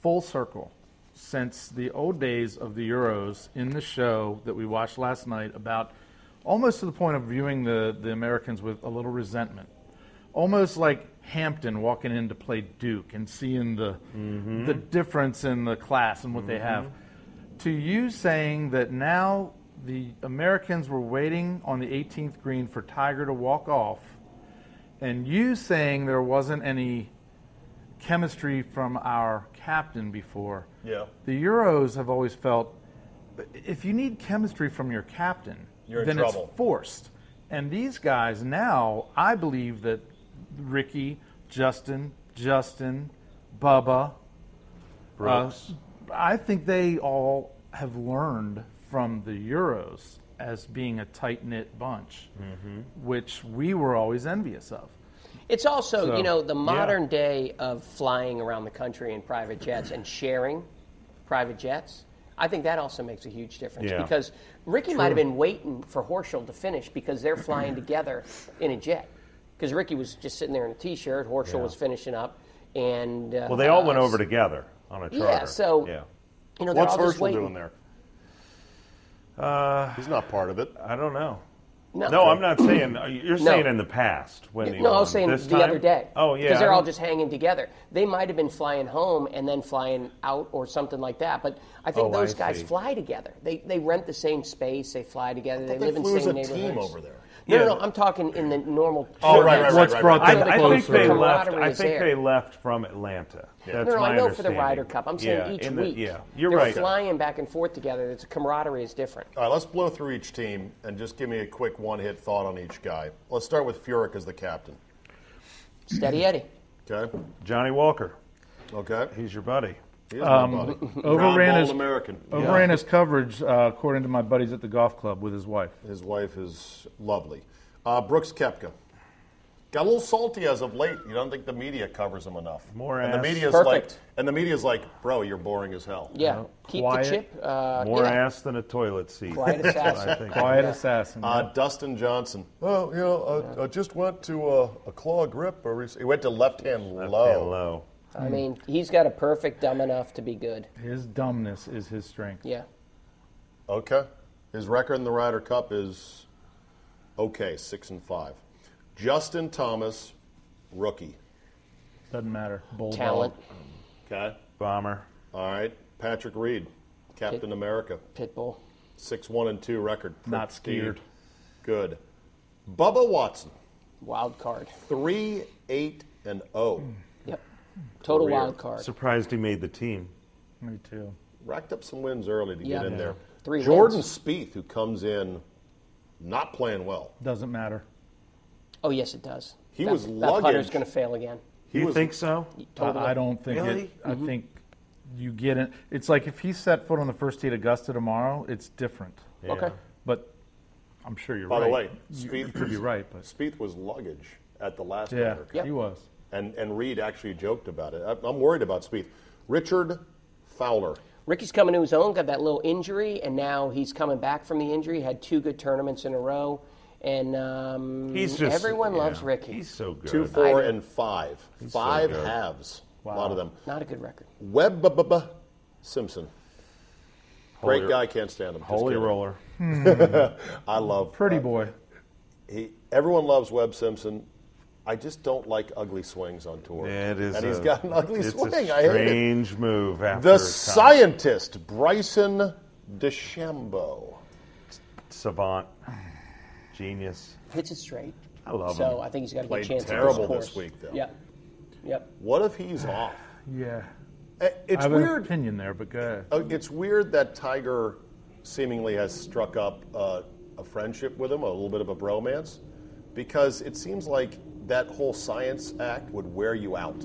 [SPEAKER 7] full circle since the old days of the Euros in the show that we watched last night about almost to the point of viewing the, the Americans with a little resentment. Almost like Hampton walking in to play Duke and seeing the the difference in the class and what they have. To you saying that now the Americans were waiting on the 18th green for Tiger to walk off, and you saying there wasn't any chemistry from our captain before.
[SPEAKER 3] Yeah.
[SPEAKER 7] The Euros have always felt if you need chemistry from your captain,
[SPEAKER 3] You're in
[SPEAKER 7] then
[SPEAKER 3] trouble.
[SPEAKER 7] it's forced. And these guys now, I believe that Ricky, Justin, Justin, Bubba,
[SPEAKER 4] Uh,
[SPEAKER 7] Brooks. I think they all have learned from the Euros as being a tight knit bunch,
[SPEAKER 3] Mm-hmm.
[SPEAKER 7] which we were always envious of.
[SPEAKER 4] It's also,
[SPEAKER 7] So,
[SPEAKER 4] you know, the
[SPEAKER 7] yeah.
[SPEAKER 4] modern day of flying around the country in private jets and sharing private jets. I think that also makes a huge difference
[SPEAKER 5] Yeah.
[SPEAKER 4] because Ricky might have been waiting for Horschel to finish because they're flying together in a jet. Because Ricky was just sitting there in a T-shirt, Horschel was finishing up, and uh,
[SPEAKER 5] Well, they all went
[SPEAKER 4] uh,
[SPEAKER 5] over together on a charter.
[SPEAKER 4] so-
[SPEAKER 5] yeah.
[SPEAKER 4] You know, they're
[SPEAKER 3] What's
[SPEAKER 4] all just
[SPEAKER 3] Herschel
[SPEAKER 4] waiting.
[SPEAKER 3] doing there? Uh, He's not part of it.
[SPEAKER 5] I don't know.
[SPEAKER 4] No,
[SPEAKER 5] No, I'm not saying. uh, You're saying in the past when he
[SPEAKER 4] No, I
[SPEAKER 5] won.
[SPEAKER 4] was saying
[SPEAKER 5] This
[SPEAKER 4] the
[SPEAKER 5] time?
[SPEAKER 4] other day.
[SPEAKER 5] Oh yeah,
[SPEAKER 4] because
[SPEAKER 5] I
[SPEAKER 4] they're all
[SPEAKER 5] don't-
[SPEAKER 4] just hanging together. They might have been flying home and then flying out or something like that. But I think
[SPEAKER 5] Oh,
[SPEAKER 4] those
[SPEAKER 5] I
[SPEAKER 4] guys
[SPEAKER 5] see.
[SPEAKER 4] fly together. They they rent the same space. They fly together. They,
[SPEAKER 3] they
[SPEAKER 4] live in
[SPEAKER 3] flew
[SPEAKER 4] the
[SPEAKER 3] as
[SPEAKER 4] same
[SPEAKER 3] a team
[SPEAKER 4] neighborhoods.
[SPEAKER 3] over there.
[SPEAKER 4] No,
[SPEAKER 5] Yeah.
[SPEAKER 4] no, no. I'm talking in the normal.
[SPEAKER 3] Oh, right, right,
[SPEAKER 4] tournaments.
[SPEAKER 3] right, What's right, brought right.
[SPEAKER 5] I,
[SPEAKER 3] them
[SPEAKER 5] I
[SPEAKER 4] So the
[SPEAKER 5] think they
[SPEAKER 7] closer?
[SPEAKER 5] left.
[SPEAKER 4] camaraderie
[SPEAKER 5] I
[SPEAKER 4] is
[SPEAKER 5] think
[SPEAKER 4] there.
[SPEAKER 5] they left from Atlanta. That's
[SPEAKER 4] No, no,
[SPEAKER 5] my
[SPEAKER 4] I know for the
[SPEAKER 5] understanding.
[SPEAKER 4] Ryder Cup. I'm saying
[SPEAKER 5] Yeah,
[SPEAKER 4] each
[SPEAKER 5] in the-
[SPEAKER 4] week.
[SPEAKER 5] yeah, you're
[SPEAKER 4] they're
[SPEAKER 5] right.
[SPEAKER 4] flying back and forth together. It's a camaraderie is different.
[SPEAKER 3] All right, let's blow through each team and just give me a quick one-hit thought on each guy. Let's start with Furyk as the captain.
[SPEAKER 4] Steady Eddie.
[SPEAKER 3] Okay,
[SPEAKER 5] Johnny Walker.
[SPEAKER 3] okay.
[SPEAKER 5] He's your buddy.
[SPEAKER 3] He is my buddy.
[SPEAKER 7] overran
[SPEAKER 3] Brown
[SPEAKER 7] his-
[SPEAKER 3] ball American.
[SPEAKER 7] Overran his coverage, uh, according to my buddies at the golf club with his wife.
[SPEAKER 3] His wife is lovely. Uh, Brooks Kepka. Got a little salty as of late. You don't think the media covers him enough.
[SPEAKER 5] More
[SPEAKER 3] and the
[SPEAKER 5] ass.
[SPEAKER 3] media's like
[SPEAKER 4] Perfect.
[SPEAKER 3] and the media's like, bro, you're boring as hell.
[SPEAKER 4] Yeah, keep
[SPEAKER 7] quiet.
[SPEAKER 4] the chip. Uh,
[SPEAKER 5] More
[SPEAKER 4] yeah.
[SPEAKER 5] ass than a toilet seat.
[SPEAKER 4] Quiet
[SPEAKER 5] That's what I
[SPEAKER 4] assassin.
[SPEAKER 5] think.
[SPEAKER 7] Quiet assassin.
[SPEAKER 3] Uh, Dustin Johnson. Well, you know, I, I just went to a, a claw grip. Or he went to left hand
[SPEAKER 5] Left
[SPEAKER 3] low.
[SPEAKER 5] hand low.
[SPEAKER 4] I mean, he's got a perfect dumb enough to be good.
[SPEAKER 7] his dumbness is his strength.
[SPEAKER 4] Yeah.
[SPEAKER 3] Okay. His record in the Ryder Cup is okay, six and five. Justin Thomas, rookie.
[SPEAKER 7] Doesn't matter. Bulldog.
[SPEAKER 4] Talent.
[SPEAKER 3] Okay.
[SPEAKER 5] Bomber.
[SPEAKER 3] All right. Patrick Reed, Captain America.
[SPEAKER 4] Pitbull.
[SPEAKER 3] Six one and two record.
[SPEAKER 7] Not scared.
[SPEAKER 3] Good. Bubba Watson,
[SPEAKER 4] Wild card.
[SPEAKER 3] three eight and oh. zero.
[SPEAKER 4] Yep.
[SPEAKER 3] Hmm.
[SPEAKER 4] Total
[SPEAKER 3] Career.
[SPEAKER 4] wild card.
[SPEAKER 5] Surprised he made the team.
[SPEAKER 7] Me too.
[SPEAKER 3] Racked up some wins early to
[SPEAKER 4] Yeah.
[SPEAKER 3] get in
[SPEAKER 4] Yeah.
[SPEAKER 3] there.
[SPEAKER 4] Three
[SPEAKER 3] Jordan
[SPEAKER 4] wins.
[SPEAKER 3] Spieth, who comes in not playing well.
[SPEAKER 7] Doesn't matter.
[SPEAKER 4] Oh yes, it does.
[SPEAKER 3] He
[SPEAKER 4] that,
[SPEAKER 3] was
[SPEAKER 4] that putter's
[SPEAKER 3] luggage.
[SPEAKER 4] going to fail again.
[SPEAKER 5] you think so?
[SPEAKER 7] I, I don't think
[SPEAKER 5] Really?
[SPEAKER 7] it. I
[SPEAKER 4] Mm-hmm.
[SPEAKER 7] think you get it. It's like if he set foot on the first tee at Augusta tomorrow, it's different.
[SPEAKER 4] Okay.
[SPEAKER 7] But I'm sure you're
[SPEAKER 3] By
[SPEAKER 7] right.
[SPEAKER 3] the way,
[SPEAKER 7] you,
[SPEAKER 3] Spieth
[SPEAKER 7] you could be right, but
[SPEAKER 3] Spieth was luggage at the last
[SPEAKER 7] yeah,
[SPEAKER 3] Ryder Cup.
[SPEAKER 7] he was.
[SPEAKER 3] and and Reed actually joked about it. I- I'm worried about Spieth. Richard Fowler.
[SPEAKER 4] Ricky's coming to his own, got that little injury, and now he's coming back from the injury. Had two good tournaments in a row, and um,
[SPEAKER 5] He's just
[SPEAKER 4] everyone
[SPEAKER 5] yeah,
[SPEAKER 4] loves Ricky.
[SPEAKER 5] He's so good.
[SPEAKER 3] Two, four, and five. Five
[SPEAKER 5] good.
[SPEAKER 3] halves. A lot of them.
[SPEAKER 4] Not a good record.
[SPEAKER 3] Webb Simpson. Great
[SPEAKER 5] Holy-
[SPEAKER 3] guy. Can't stand him. Just
[SPEAKER 5] Holy
[SPEAKER 3] kidding.
[SPEAKER 5] roller.
[SPEAKER 3] I love
[SPEAKER 7] Pretty
[SPEAKER 3] uh,
[SPEAKER 7] boy.
[SPEAKER 3] He, everyone loves Webb Simpson. I just don't like ugly swings on tour.
[SPEAKER 5] Yeah, it is.
[SPEAKER 3] And he's
[SPEAKER 5] a-
[SPEAKER 3] got an ugly
[SPEAKER 5] it's
[SPEAKER 3] swing.
[SPEAKER 5] A
[SPEAKER 3] I hate it.
[SPEAKER 5] strange move. After
[SPEAKER 3] The
[SPEAKER 5] time.
[SPEAKER 3] scientist Bryson DeChambeau.
[SPEAKER 5] savant, genius.
[SPEAKER 4] Hits it straight.
[SPEAKER 5] I love
[SPEAKER 4] so
[SPEAKER 5] him.
[SPEAKER 4] I think he's got a
[SPEAKER 3] Played
[SPEAKER 4] good chance. at
[SPEAKER 3] terrible
[SPEAKER 4] this,
[SPEAKER 3] this
[SPEAKER 4] course.
[SPEAKER 3] week, though.
[SPEAKER 4] Yep. Yep.
[SPEAKER 3] What if he's off?
[SPEAKER 7] Yeah.
[SPEAKER 3] Eh,
[SPEAKER 7] I
[SPEAKER 3] It's
[SPEAKER 7] have an
[SPEAKER 3] weird.
[SPEAKER 7] opinion there, but go ahead.
[SPEAKER 3] Uh, It's weird that Tiger seemingly has struck up uh, a friendship with him, a little bit of a bromance, because it seems like that whole science act would wear you out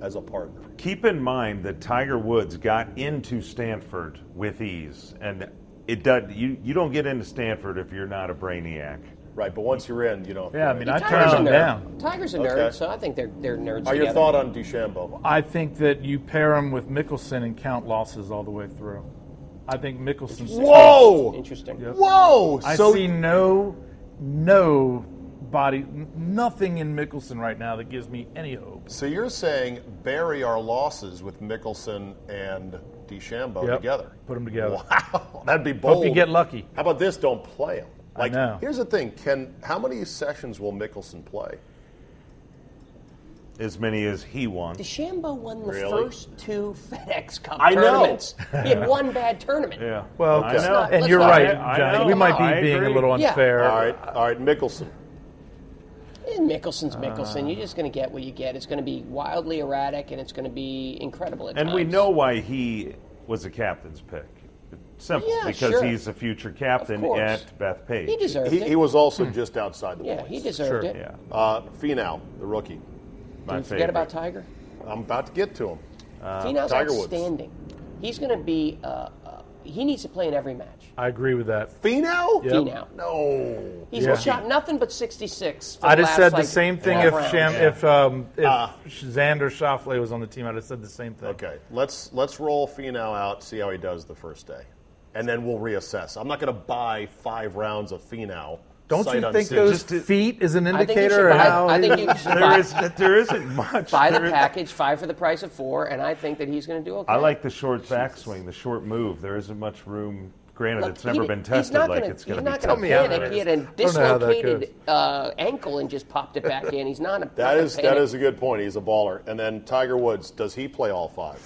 [SPEAKER 3] as a partner.
[SPEAKER 5] Keep in mind that Tiger Woods got into Stanford with ease, and it does. You you don't get into Stanford if you're not a brainiac.
[SPEAKER 3] Right, but once you're in, you don't.
[SPEAKER 7] Yeah, I mean, I
[SPEAKER 4] Tiger's
[SPEAKER 7] turned
[SPEAKER 4] a
[SPEAKER 7] him
[SPEAKER 4] nerd.
[SPEAKER 7] down.
[SPEAKER 4] Tiger's a nerd,
[SPEAKER 3] Okay.
[SPEAKER 4] so I think they're they're nerds.
[SPEAKER 3] Are your
[SPEAKER 4] together.
[SPEAKER 3] thought on DeChambeau?
[SPEAKER 7] I think that you pair him with Mickelson and count losses all the way through. I think Mickelson's.
[SPEAKER 3] Whoa!
[SPEAKER 4] Interesting.
[SPEAKER 3] Whoa!
[SPEAKER 7] I
[SPEAKER 3] so
[SPEAKER 7] see no, no body, n- nothing in Mickelson right now that gives me any hope.
[SPEAKER 3] so you're saying bury our losses with Mickelson and DeChambeau
[SPEAKER 7] Yep.
[SPEAKER 3] together?
[SPEAKER 7] Put 'em together.
[SPEAKER 3] Wow, that'd be bold.
[SPEAKER 7] Hope you get lucky.
[SPEAKER 3] How about this? Don't play him. Like,
[SPEAKER 7] know.
[SPEAKER 3] here's the thing: Can how many sessions will Mickelson play?
[SPEAKER 5] As many as he wants.
[SPEAKER 4] DeChambeau won the
[SPEAKER 3] Really?
[SPEAKER 4] first two FedEx Cup
[SPEAKER 3] I know.
[SPEAKER 4] tournaments. he had one bad tournament.
[SPEAKER 5] Yeah.
[SPEAKER 7] Well,
[SPEAKER 5] I know.
[SPEAKER 4] not-
[SPEAKER 7] and you're
[SPEAKER 4] let's
[SPEAKER 7] right,
[SPEAKER 4] not-
[SPEAKER 5] I- I
[SPEAKER 7] Johnny.
[SPEAKER 5] know.
[SPEAKER 7] We might be
[SPEAKER 5] I
[SPEAKER 7] being a
[SPEAKER 5] agree.
[SPEAKER 7] little
[SPEAKER 4] Yeah.
[SPEAKER 7] unfair.
[SPEAKER 3] All right, all right, Mickelson.
[SPEAKER 4] And Mickelson's Mickelson. You're just going to get what you get. It's going to be wildly erratic, and it's going to be incredible at
[SPEAKER 5] And we
[SPEAKER 4] times.
[SPEAKER 5] know why he was a captain's pick. Simple,
[SPEAKER 4] Yeah,
[SPEAKER 5] because
[SPEAKER 4] sure.
[SPEAKER 5] he's a future captain
[SPEAKER 4] Of course.
[SPEAKER 5] at Bethpage.
[SPEAKER 4] he deserved
[SPEAKER 3] He,
[SPEAKER 4] it.
[SPEAKER 3] he was also just outside the
[SPEAKER 4] Uh, Hmm. yeah,
[SPEAKER 3] points.
[SPEAKER 4] he deserved it.
[SPEAKER 5] Yeah,
[SPEAKER 3] Uh, Finau, the rookie.
[SPEAKER 5] my
[SPEAKER 4] Did we
[SPEAKER 5] favorite.
[SPEAKER 4] forget about Tiger.
[SPEAKER 3] I'm about to get to him.
[SPEAKER 4] Finau's
[SPEAKER 3] Tiger Woods.
[SPEAKER 4] outstanding. He's going to be. Uh, uh, he needs to play in every match.
[SPEAKER 7] I agree with that.
[SPEAKER 3] Finau?
[SPEAKER 7] Yep.
[SPEAKER 4] Finau.
[SPEAKER 3] No.
[SPEAKER 4] He's
[SPEAKER 7] Yeah.
[SPEAKER 4] shot nothing but 66. For
[SPEAKER 7] I
[SPEAKER 4] the
[SPEAKER 7] just
[SPEAKER 4] last,
[SPEAKER 7] said the
[SPEAKER 4] like,
[SPEAKER 7] same thing
[SPEAKER 4] 12
[SPEAKER 7] if
[SPEAKER 4] rounds.
[SPEAKER 7] Sham, if um, if Xander Schauffele was on the team. I'd have said the same thing.
[SPEAKER 3] Ah. Okay, let's let's roll Finau out, see how he does the first day, and then we'll reassess. I'm not going to buy five rounds of Finau.
[SPEAKER 7] Don't
[SPEAKER 3] sight
[SPEAKER 7] you think
[SPEAKER 3] unseen.
[SPEAKER 7] those
[SPEAKER 5] Just to-
[SPEAKER 7] feet is an
[SPEAKER 4] I think you
[SPEAKER 7] indicator
[SPEAKER 4] should
[SPEAKER 7] of
[SPEAKER 4] buy,
[SPEAKER 7] how?
[SPEAKER 4] I think you should
[SPEAKER 5] There
[SPEAKER 4] buy,
[SPEAKER 5] is there isn't much.
[SPEAKER 4] buy the
[SPEAKER 5] There-
[SPEAKER 4] package five for the price of four, and I think that he's going to do okay.
[SPEAKER 5] I like the short backswing, the short move. There isn't much room. Granted,
[SPEAKER 4] Look,
[SPEAKER 5] it's never
[SPEAKER 4] he-
[SPEAKER 5] been
[SPEAKER 4] He's
[SPEAKER 5] tested
[SPEAKER 4] not
[SPEAKER 5] like
[SPEAKER 4] gonna,
[SPEAKER 5] it's going
[SPEAKER 4] he's
[SPEAKER 5] to be
[SPEAKER 4] not
[SPEAKER 5] tested.
[SPEAKER 4] gonna
[SPEAKER 7] how that
[SPEAKER 4] panic. He had
[SPEAKER 7] is.
[SPEAKER 4] a
[SPEAKER 7] I don't know how that
[SPEAKER 4] dislocated uh, ankle and just popped it back in. He's not a.
[SPEAKER 3] that is that
[SPEAKER 4] panic.
[SPEAKER 3] is a good point. He's a baller. And then Tiger Woods, does he play all five?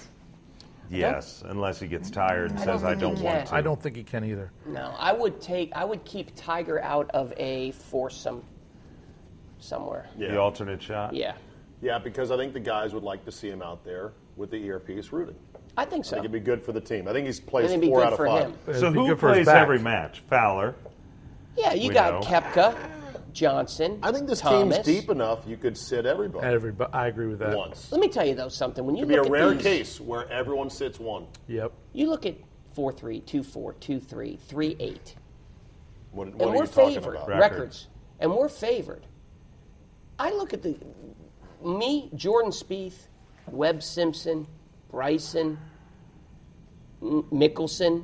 [SPEAKER 5] Yes, unless he gets tired and
[SPEAKER 4] I
[SPEAKER 5] says,
[SPEAKER 4] don't
[SPEAKER 5] "I
[SPEAKER 4] think he
[SPEAKER 5] don't want
[SPEAKER 4] can.
[SPEAKER 5] to."
[SPEAKER 7] I don't think he can either.
[SPEAKER 4] No, I would take. I would keep Tiger out of a foursome somewhere. Yeah.
[SPEAKER 5] The alternate shot.
[SPEAKER 3] Yeah, because I think the guys would like to see him out there with the earpiece rooting.
[SPEAKER 4] I think so.
[SPEAKER 3] I think it'd be good for the team. I think he's
[SPEAKER 4] And
[SPEAKER 3] plays
[SPEAKER 4] it'd be
[SPEAKER 3] four
[SPEAKER 4] good
[SPEAKER 3] out of
[SPEAKER 4] for
[SPEAKER 3] five.
[SPEAKER 4] him.
[SPEAKER 5] So
[SPEAKER 7] It'd be
[SPEAKER 5] who
[SPEAKER 7] good for his
[SPEAKER 5] plays
[SPEAKER 7] back.
[SPEAKER 5] every match? Fowler.
[SPEAKER 4] Yeah, you
[SPEAKER 5] We
[SPEAKER 4] got
[SPEAKER 5] know.
[SPEAKER 4] Kepka, Johnson.
[SPEAKER 3] I think this
[SPEAKER 4] Thomas.
[SPEAKER 3] team's deep enough you could sit everybody
[SPEAKER 7] Everybody, I agree with that.
[SPEAKER 3] once.
[SPEAKER 4] Let me tell you though something. When you
[SPEAKER 3] It'd be a
[SPEAKER 4] look at
[SPEAKER 3] rare
[SPEAKER 4] these,
[SPEAKER 3] case where everyone sits one.
[SPEAKER 7] Yep.
[SPEAKER 4] you look at four three two four two three three eight.
[SPEAKER 3] What, what
[SPEAKER 4] and
[SPEAKER 3] are
[SPEAKER 4] we're
[SPEAKER 3] you talking
[SPEAKER 4] favored
[SPEAKER 3] about?
[SPEAKER 5] Right.
[SPEAKER 4] records, and we're favored. I look at the me, Jordan Spieth, Webb Simpson, Bryson, M- Mickelson.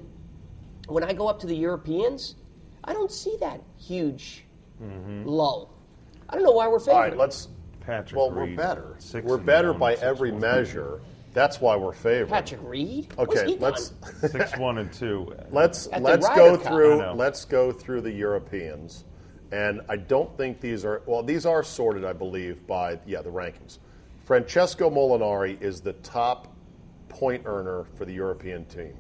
[SPEAKER 4] When I go up to the Europeans, I don't see that huge lull. I don't know why we're favored.
[SPEAKER 3] Mm-hmm. All right, let's.
[SPEAKER 5] Patrick
[SPEAKER 3] well,
[SPEAKER 5] Reed,
[SPEAKER 3] we're better.
[SPEAKER 5] six
[SPEAKER 3] We're
[SPEAKER 5] and
[SPEAKER 3] better
[SPEAKER 5] one,
[SPEAKER 3] by
[SPEAKER 5] six
[SPEAKER 3] every
[SPEAKER 5] one.
[SPEAKER 3] measure. That's why we're favored.
[SPEAKER 4] Patrick Reed. What's
[SPEAKER 3] Okay,
[SPEAKER 4] he done?
[SPEAKER 3] let's
[SPEAKER 5] Six, one, and two.
[SPEAKER 3] let's
[SPEAKER 4] At the
[SPEAKER 3] let's
[SPEAKER 4] Ryder
[SPEAKER 3] go
[SPEAKER 4] Cup.
[SPEAKER 5] I
[SPEAKER 3] through
[SPEAKER 5] know.
[SPEAKER 3] let's go through the Europeans, and I don't think these are well. These are sorted, I believe, by yeah the rankings. Francesco Molinari is the top point earner for the European team.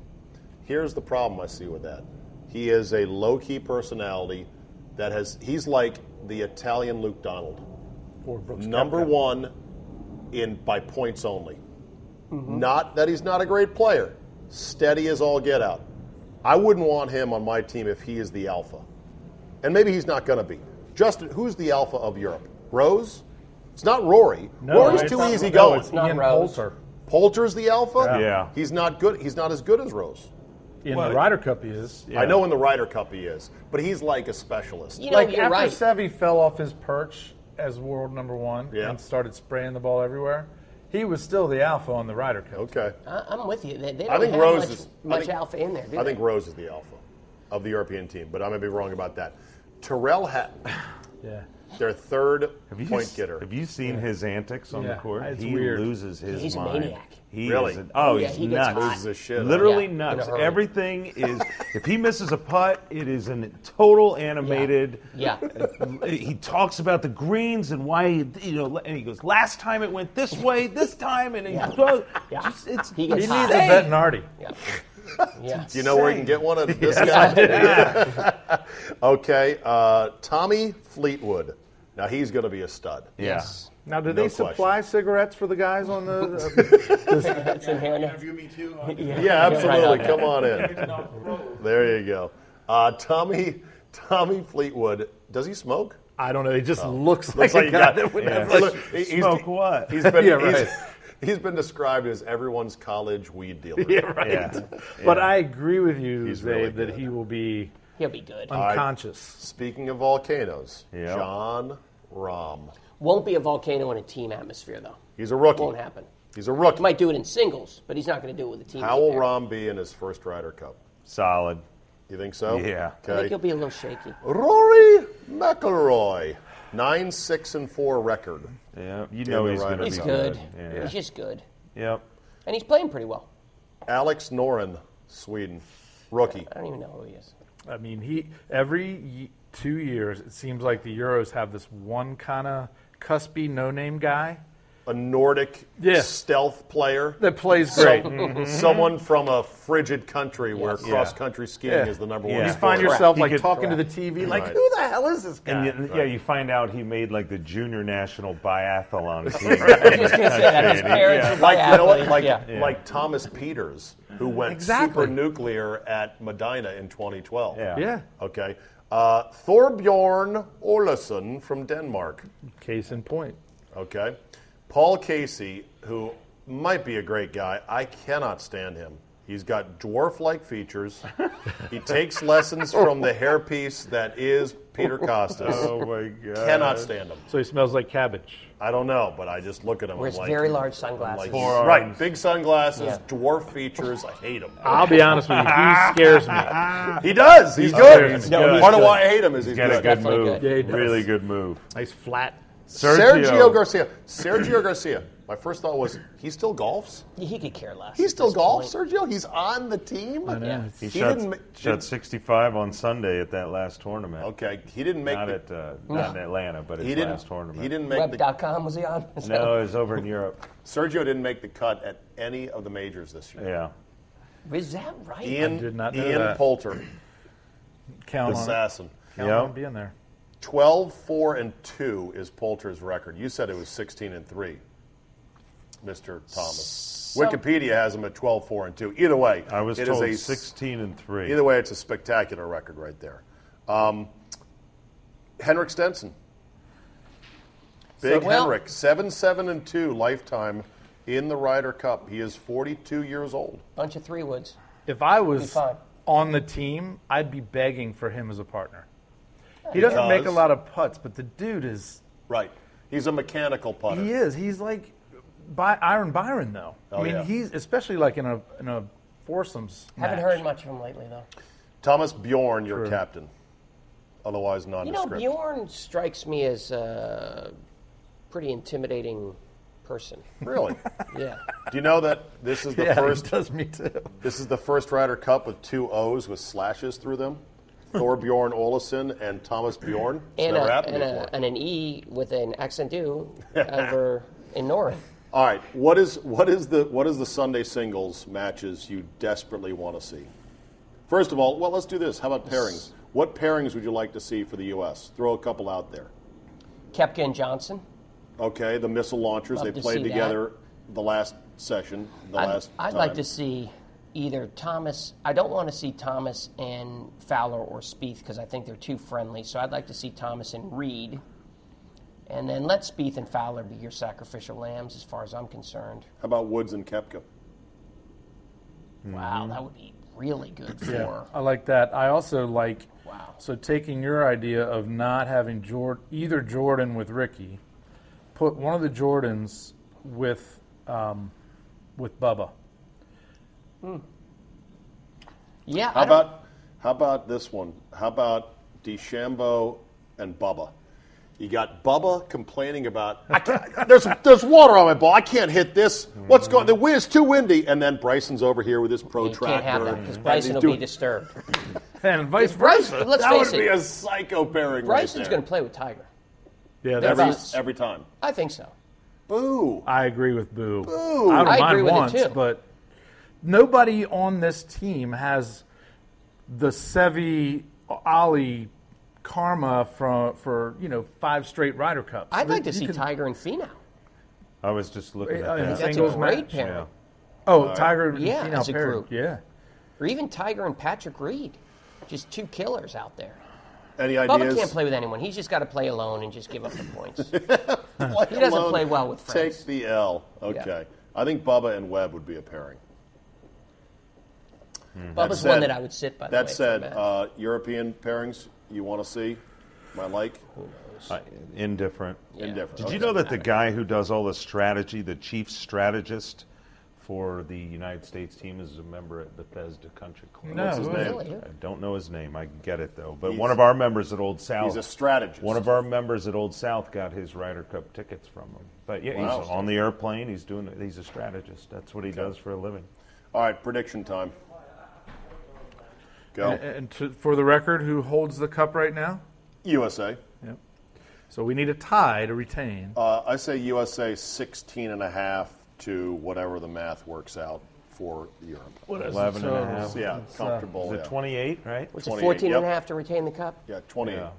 [SPEAKER 3] Here's the problem I see with that. He is a low key personality that has he's like the Italian Luke Donald.
[SPEAKER 7] Or Brooks
[SPEAKER 3] number
[SPEAKER 7] Koepka.
[SPEAKER 3] one in by points only. Not that he's not a great player. Steady as all get out. I wouldn't want him on my team if he is the alpha. And maybe he's not going to be. Justin, who's the alpha of Europe? Rose? It's not Rory. Rory's too
[SPEAKER 7] not-
[SPEAKER 3] easy
[SPEAKER 7] no,
[SPEAKER 3] going.
[SPEAKER 7] it's
[SPEAKER 4] not
[SPEAKER 7] Ian
[SPEAKER 4] Rose.
[SPEAKER 7] Poulter.
[SPEAKER 3] Poulter's the alpha.
[SPEAKER 5] Yeah. Yeah.
[SPEAKER 3] He's not good. He's not as good as Rose.
[SPEAKER 7] In
[SPEAKER 5] Well,
[SPEAKER 7] the Ryder Cup, he is.
[SPEAKER 3] I know in the Ryder Cup he is, but he's like a specialist.
[SPEAKER 4] You know,
[SPEAKER 7] Like
[SPEAKER 4] you're
[SPEAKER 7] after
[SPEAKER 4] right.
[SPEAKER 7] Seve fell off his perch as world number one
[SPEAKER 3] Yeah.
[SPEAKER 7] and started spraying the ball everywhere, he was still the alpha on the Ryder Cup.
[SPEAKER 3] Okay.
[SPEAKER 4] I- I'm with you. They, they don't
[SPEAKER 3] I think
[SPEAKER 4] have
[SPEAKER 3] Rose
[SPEAKER 4] much,
[SPEAKER 3] is I
[SPEAKER 4] much
[SPEAKER 3] think-
[SPEAKER 4] alpha in there. Do
[SPEAKER 3] I
[SPEAKER 4] they?
[SPEAKER 3] think Rose is the alpha of the European team, but I may be wrong about that. Terrell Hatton,
[SPEAKER 7] Yeah.
[SPEAKER 3] their third
[SPEAKER 5] Have you
[SPEAKER 3] point
[SPEAKER 5] s-
[SPEAKER 3] getter.
[SPEAKER 5] Have you seen his antics on the
[SPEAKER 7] Yeah,
[SPEAKER 5] court?
[SPEAKER 7] it's
[SPEAKER 5] he
[SPEAKER 7] weird.
[SPEAKER 5] loses his
[SPEAKER 4] He's a
[SPEAKER 5] mind.
[SPEAKER 4] maniac.
[SPEAKER 5] He
[SPEAKER 3] Really?
[SPEAKER 5] Is a- oh,
[SPEAKER 4] Yeah,
[SPEAKER 5] he's
[SPEAKER 4] he gets
[SPEAKER 5] nuts.
[SPEAKER 4] hot.
[SPEAKER 3] Loses his shit out.
[SPEAKER 5] Literally
[SPEAKER 4] Yeah, in a
[SPEAKER 5] nuts.
[SPEAKER 4] hurry.
[SPEAKER 5] Everything is. if he misses a putt, it is a total animated.
[SPEAKER 4] Yeah.
[SPEAKER 5] he talks about the greens and why he, you know, and he goes, "Last time it went this way, this time," and he
[SPEAKER 4] Yeah.
[SPEAKER 5] goes,
[SPEAKER 4] Yeah.
[SPEAKER 5] just- it's
[SPEAKER 4] He gets
[SPEAKER 7] He
[SPEAKER 4] hot.
[SPEAKER 7] needs a Bettinardi.
[SPEAKER 4] Yeah. yeah.
[SPEAKER 3] Do you know where you can get one at this guy? okay, uh, Tommy Fleetwood. Now he's going to be a stud.
[SPEAKER 5] Yeah.
[SPEAKER 7] Now, do
[SPEAKER 3] No
[SPEAKER 7] they supply cigarettes for the guys on the?
[SPEAKER 4] That's in here. now.
[SPEAKER 9] Interview me too.
[SPEAKER 3] Yeah, absolutely.
[SPEAKER 4] Right on.
[SPEAKER 3] Come on in. There you go. Uh, Tommy Tommy Fleetwood. Does he smoke?
[SPEAKER 7] I don't know. He just looks,
[SPEAKER 3] Looks
[SPEAKER 7] like,
[SPEAKER 3] like
[SPEAKER 7] a
[SPEAKER 3] you
[SPEAKER 7] guy
[SPEAKER 3] got-
[SPEAKER 7] that would
[SPEAKER 3] yeah.
[SPEAKER 7] have
[SPEAKER 3] Look, he- he's-
[SPEAKER 5] Smoke what?
[SPEAKER 3] He's been
[SPEAKER 7] Yeah,
[SPEAKER 3] he's-
[SPEAKER 7] right.
[SPEAKER 3] he's been described as everyone's college weed dealer.
[SPEAKER 7] Yeah, right.
[SPEAKER 5] Yeah.
[SPEAKER 7] But I agree with you,
[SPEAKER 3] He's
[SPEAKER 7] Zabe,
[SPEAKER 3] really
[SPEAKER 7] that
[SPEAKER 3] good.
[SPEAKER 7] he will be
[SPEAKER 4] He'll be good.
[SPEAKER 7] unconscious.
[SPEAKER 3] Speaking of volcanoes,
[SPEAKER 5] Yeah.
[SPEAKER 3] John Rahm.
[SPEAKER 4] Won't be a volcano in a team atmosphere, though.
[SPEAKER 3] He's a rookie.
[SPEAKER 4] Won't happen.
[SPEAKER 3] He's a rookie.
[SPEAKER 4] Might do it in singles, but he's not going to do it with a team.
[SPEAKER 3] How will
[SPEAKER 4] either.
[SPEAKER 3] Rahm be in his first Ryder Cup?
[SPEAKER 5] Solid.
[SPEAKER 3] You think so?
[SPEAKER 5] Yeah.
[SPEAKER 4] I think
[SPEAKER 3] Okay.
[SPEAKER 4] he'll be a little shaky.
[SPEAKER 3] Rory McIlroy, nine six and four record.
[SPEAKER 5] Yeah, you know
[SPEAKER 3] the
[SPEAKER 5] he's going
[SPEAKER 3] Ryder
[SPEAKER 5] to be
[SPEAKER 4] He's
[SPEAKER 3] Cup.
[SPEAKER 4] good.
[SPEAKER 5] Yeah.
[SPEAKER 4] He's just good,
[SPEAKER 5] Yep.
[SPEAKER 4] and he's playing pretty well.
[SPEAKER 3] Alex Noren, Sweden, rookie.
[SPEAKER 4] I don't even know who he is.
[SPEAKER 7] I mean, he every ye- two years it seems like the Euros have this one kind of cuspy no-name guy
[SPEAKER 3] A Nordic
[SPEAKER 7] Yeah.
[SPEAKER 3] stealth player.
[SPEAKER 7] that plays great. Mm-hmm.
[SPEAKER 3] Someone from a frigid country where
[SPEAKER 4] Yes.
[SPEAKER 3] cross country skiing
[SPEAKER 7] Yeah.
[SPEAKER 3] is the number
[SPEAKER 5] Yeah.
[SPEAKER 3] one.
[SPEAKER 5] You
[SPEAKER 7] You
[SPEAKER 3] sport.
[SPEAKER 7] find yourself
[SPEAKER 5] He
[SPEAKER 7] like
[SPEAKER 5] could-
[SPEAKER 7] talking to the TV, like,
[SPEAKER 3] Right.
[SPEAKER 7] "Who the hell is this guy?"
[SPEAKER 5] And you, yeah, you find out he made like the junior national biathlon team.
[SPEAKER 4] I was just going to say that his parents are
[SPEAKER 3] like you know what,
[SPEAKER 4] biathletes,
[SPEAKER 3] like
[SPEAKER 4] yeah.
[SPEAKER 3] like Thomas Peters, who went
[SPEAKER 7] Exactly.
[SPEAKER 3] super nuclear at Medina in 2012.
[SPEAKER 5] Yeah.
[SPEAKER 7] yeah,
[SPEAKER 3] Okay. Uh, Thorbjorn Orlason from Denmark.
[SPEAKER 7] case in point.
[SPEAKER 3] Okay. Paul Casey, who might be a great guy, I cannot stand him. He's got dwarf like features. he takes lessons from the hairpiece that is Peter Costas.
[SPEAKER 5] Oh my god.
[SPEAKER 3] Cannot stand him.
[SPEAKER 7] So he smells like cabbage.
[SPEAKER 3] I don't know, but I just look at him.
[SPEAKER 4] Wears
[SPEAKER 3] I'm like, "Hmm,
[SPEAKER 4] very large
[SPEAKER 3] I'm
[SPEAKER 4] sunglasses.
[SPEAKER 3] like, right, big sunglasses,
[SPEAKER 4] Yeah.
[SPEAKER 3] dwarf features. I hate him.
[SPEAKER 7] I'll be honest with you, he scares me. Yeah,
[SPEAKER 3] He does. He's
[SPEAKER 7] good.
[SPEAKER 3] good.
[SPEAKER 7] He's good.
[SPEAKER 3] Part of why I hate him is he's,
[SPEAKER 5] Got a good
[SPEAKER 3] good.
[SPEAKER 4] Definitely
[SPEAKER 5] move.
[SPEAKER 4] good. Yeah,
[SPEAKER 7] he does.
[SPEAKER 5] really good move.
[SPEAKER 7] He's flat.
[SPEAKER 5] Sergio.
[SPEAKER 3] Sergio Garcia. Sergio Garcia. My first thought was, he still golfs?
[SPEAKER 4] He could care less.
[SPEAKER 3] He
[SPEAKER 4] at
[SPEAKER 3] still
[SPEAKER 4] this
[SPEAKER 3] golfs,
[SPEAKER 4] point.
[SPEAKER 3] Sergio? He's on the team?
[SPEAKER 4] Yeah.
[SPEAKER 5] He,
[SPEAKER 3] He
[SPEAKER 5] shot,
[SPEAKER 3] didn't ma-
[SPEAKER 5] shot 65 on Sunday at that last tournament.
[SPEAKER 3] Okay, he didn't make
[SPEAKER 5] Not
[SPEAKER 3] the,
[SPEAKER 5] at uh, not in Atlanta, but his
[SPEAKER 3] he didn't
[SPEAKER 5] last tournament.
[SPEAKER 3] he didn't make the
[SPEAKER 4] Web.com was he on? Is that-
[SPEAKER 5] No, it was over in Europe.
[SPEAKER 3] Sergio didn't make the cut at any of the majors this year.
[SPEAKER 5] Yeah.
[SPEAKER 4] Is that right?
[SPEAKER 3] Ian
[SPEAKER 7] did not know
[SPEAKER 3] Ian
[SPEAKER 7] that.
[SPEAKER 3] Poulter,
[SPEAKER 7] Count on it.
[SPEAKER 3] assassin.
[SPEAKER 7] Count
[SPEAKER 5] Yeah.
[SPEAKER 7] on it being there.
[SPEAKER 3] 12 4 and 2 is Poulter's record. You said it was 16 and 3. Mr. Thomas. Wikipedia has him at 12 4 and 2. Either way,
[SPEAKER 5] I was
[SPEAKER 3] it is
[SPEAKER 5] told
[SPEAKER 3] a
[SPEAKER 5] 16 and 3.
[SPEAKER 3] Either way, it's a spectacular record right there. Um, Henrik Stenson. Big
[SPEAKER 4] So- well-
[SPEAKER 3] Henrik, 7 7 and 2 lifetime in the Ryder Cup. He is 42 years old.
[SPEAKER 4] Bunch of three woods.
[SPEAKER 7] If I
[SPEAKER 4] Be
[SPEAKER 7] was
[SPEAKER 4] fine.
[SPEAKER 7] on the team, I'd be begging for him as a partner. He doesn't make a
[SPEAKER 3] Because-
[SPEAKER 7] lot of putts, but the dude is
[SPEAKER 3] Right. He's a mechanical putter.
[SPEAKER 7] He is. He's like by Iron Byron, though.
[SPEAKER 3] Oh,
[SPEAKER 7] I mean,
[SPEAKER 3] yeah.
[SPEAKER 7] he's especially like in a in a foursomes.
[SPEAKER 4] Haven't
[SPEAKER 7] match.
[SPEAKER 4] heard much of him lately, though.
[SPEAKER 3] Thomas Bjorn, your
[SPEAKER 7] True.
[SPEAKER 3] captain. Otherwise
[SPEAKER 4] You know,
[SPEAKER 3] nondescript.
[SPEAKER 4] Bjorn strikes me as a pretty intimidating person.
[SPEAKER 3] Really?
[SPEAKER 4] Yeah.
[SPEAKER 3] Do you know that this is the
[SPEAKER 7] Yeah,
[SPEAKER 3] first
[SPEAKER 7] he does me too.
[SPEAKER 3] This is the first Ryder Cup with two O's with slashes through them. Thorbjorn Olesen and Thomas Bjorn. It's
[SPEAKER 4] and,
[SPEAKER 3] never
[SPEAKER 4] a,
[SPEAKER 3] happened
[SPEAKER 4] and,
[SPEAKER 3] before.
[SPEAKER 4] a, and an E with an accent do over in Norrin.
[SPEAKER 3] All right, what is what is the what is the Sunday singles matches you desperately want to see? First of all, well, let's do this. How about pairings? What pairings would you like to see for the U.S.? Throw a couple out there.
[SPEAKER 4] Kepka and Johnson.
[SPEAKER 3] Okay, the missile launchers
[SPEAKER 4] Love
[SPEAKER 3] they
[SPEAKER 4] to
[SPEAKER 3] played
[SPEAKER 4] see that.
[SPEAKER 3] together the last session, the
[SPEAKER 4] I'd,
[SPEAKER 3] last.
[SPEAKER 4] I'd
[SPEAKER 3] time.
[SPEAKER 4] like to see either Thomas. I don't want to see Thomas and Fowler or Spieth because I think they're too friendly. So I'd like to see Thomas and Reed, And then let Spieth and Fowler be your sacrificial lambs, as far as I'm concerned.
[SPEAKER 3] How about Woods and Kepka?
[SPEAKER 4] Wow, that would be really good for.
[SPEAKER 7] I like that. I also like.
[SPEAKER 4] Wow.
[SPEAKER 7] So taking your idea of not having Jord, either Jordan with Ricky, put one of the Jordans with um, with Bubba.
[SPEAKER 4] Yeah.
[SPEAKER 3] How
[SPEAKER 4] I don't-
[SPEAKER 3] about how about this one? How about DeChambeau and Bubba? You got Bubba complaining about I can't, there's there's water on my ball. I can't hit this. What's going? The wind's too windy. And then Bryson's over here with his
[SPEAKER 4] It
[SPEAKER 3] protractor.
[SPEAKER 4] can't happen because
[SPEAKER 3] and
[SPEAKER 4] Bryson
[SPEAKER 3] he's
[SPEAKER 4] will
[SPEAKER 3] doing-
[SPEAKER 4] be disturbed.
[SPEAKER 7] And vice
[SPEAKER 4] Bryce,
[SPEAKER 7] versa.
[SPEAKER 4] let's
[SPEAKER 3] That would
[SPEAKER 4] face
[SPEAKER 3] be a
[SPEAKER 4] it,
[SPEAKER 3] psycho pairing.
[SPEAKER 4] Bryson's
[SPEAKER 3] right
[SPEAKER 4] going to play with Tiger.
[SPEAKER 7] Yeah,
[SPEAKER 4] They're
[SPEAKER 7] that's,
[SPEAKER 4] about-
[SPEAKER 3] to every time.
[SPEAKER 4] I think so.
[SPEAKER 3] Boo!
[SPEAKER 7] I agree with Boo. I don't
[SPEAKER 4] I
[SPEAKER 7] mind
[SPEAKER 4] agree with it
[SPEAKER 7] once,
[SPEAKER 4] too.
[SPEAKER 7] but nobody on this team has the Sevi Ali karma from for you know five straight Ryder Cups.
[SPEAKER 4] I'd like to
[SPEAKER 7] You
[SPEAKER 4] see
[SPEAKER 7] can-
[SPEAKER 4] Tiger and Finau.
[SPEAKER 5] I was just looking at
[SPEAKER 3] oh,
[SPEAKER 7] Uh,
[SPEAKER 5] that.
[SPEAKER 4] That's a
[SPEAKER 7] Singles
[SPEAKER 4] great
[SPEAKER 7] match,
[SPEAKER 4] pairing.
[SPEAKER 7] Oh, Tiger and
[SPEAKER 4] Yeah,
[SPEAKER 7] Finau
[SPEAKER 4] as a
[SPEAKER 7] paired.
[SPEAKER 4] group.
[SPEAKER 7] Yeah.
[SPEAKER 4] Or even Tiger and Patrick Reed, just two killers out there.
[SPEAKER 3] Any
[SPEAKER 4] Bubba
[SPEAKER 3] ideas?
[SPEAKER 4] can't play with anyone. He's just got to play alone and just give up the points.
[SPEAKER 5] Mm-hmm.
[SPEAKER 3] Play
[SPEAKER 4] He doesn't
[SPEAKER 3] alone.
[SPEAKER 4] play well with friends.
[SPEAKER 3] Take the L. Okay. I think Bubba and Webb would be a pairing.
[SPEAKER 4] Bubba's
[SPEAKER 3] said-
[SPEAKER 4] one that I would sit by. the
[SPEAKER 3] That
[SPEAKER 4] way, for
[SPEAKER 3] said,
[SPEAKER 4] a match.
[SPEAKER 3] uh, European pairings you want to see? My like?
[SPEAKER 5] I- indifferent.
[SPEAKER 3] Indifferent.
[SPEAKER 5] Did
[SPEAKER 3] Okay.
[SPEAKER 5] you know that the guy who does all the strategy, the chief strategist for the United States team, is a member at Bethesda Country Club?
[SPEAKER 7] No, What's his who is
[SPEAKER 5] I
[SPEAKER 7] name?
[SPEAKER 4] it? Really?
[SPEAKER 5] don't know his name. I can get it though. But
[SPEAKER 3] He's-
[SPEAKER 5] one of our members at Old South.
[SPEAKER 3] He's a strategist.
[SPEAKER 5] One of our members at Old South got his Ryder Cup tickets from him. But yeah,
[SPEAKER 3] Wow.
[SPEAKER 5] he's on the airplane. He's doing. it. He's a strategist. That's what he does for a living.
[SPEAKER 3] All right, prediction time.
[SPEAKER 4] Oh.
[SPEAKER 3] Go.
[SPEAKER 7] And to, for the record, who holds the cup right now?
[SPEAKER 5] uh,
[SPEAKER 3] USA.
[SPEAKER 7] Yep. So we need a tie to retain.
[SPEAKER 3] Uh, I say USA 16 and a half to whatever the math works out for Europe.
[SPEAKER 7] what is
[SPEAKER 5] Eleven and a half.
[SPEAKER 3] So, yeah, comfortable.
[SPEAKER 5] Uh, Is
[SPEAKER 3] Oh, yeah.
[SPEAKER 5] it 28? Right.
[SPEAKER 4] It's a
[SPEAKER 3] 28,
[SPEAKER 4] 14 and a
[SPEAKER 3] yep.
[SPEAKER 4] half to retain the cup.
[SPEAKER 3] Yeah, 28.
[SPEAKER 5] Yeah.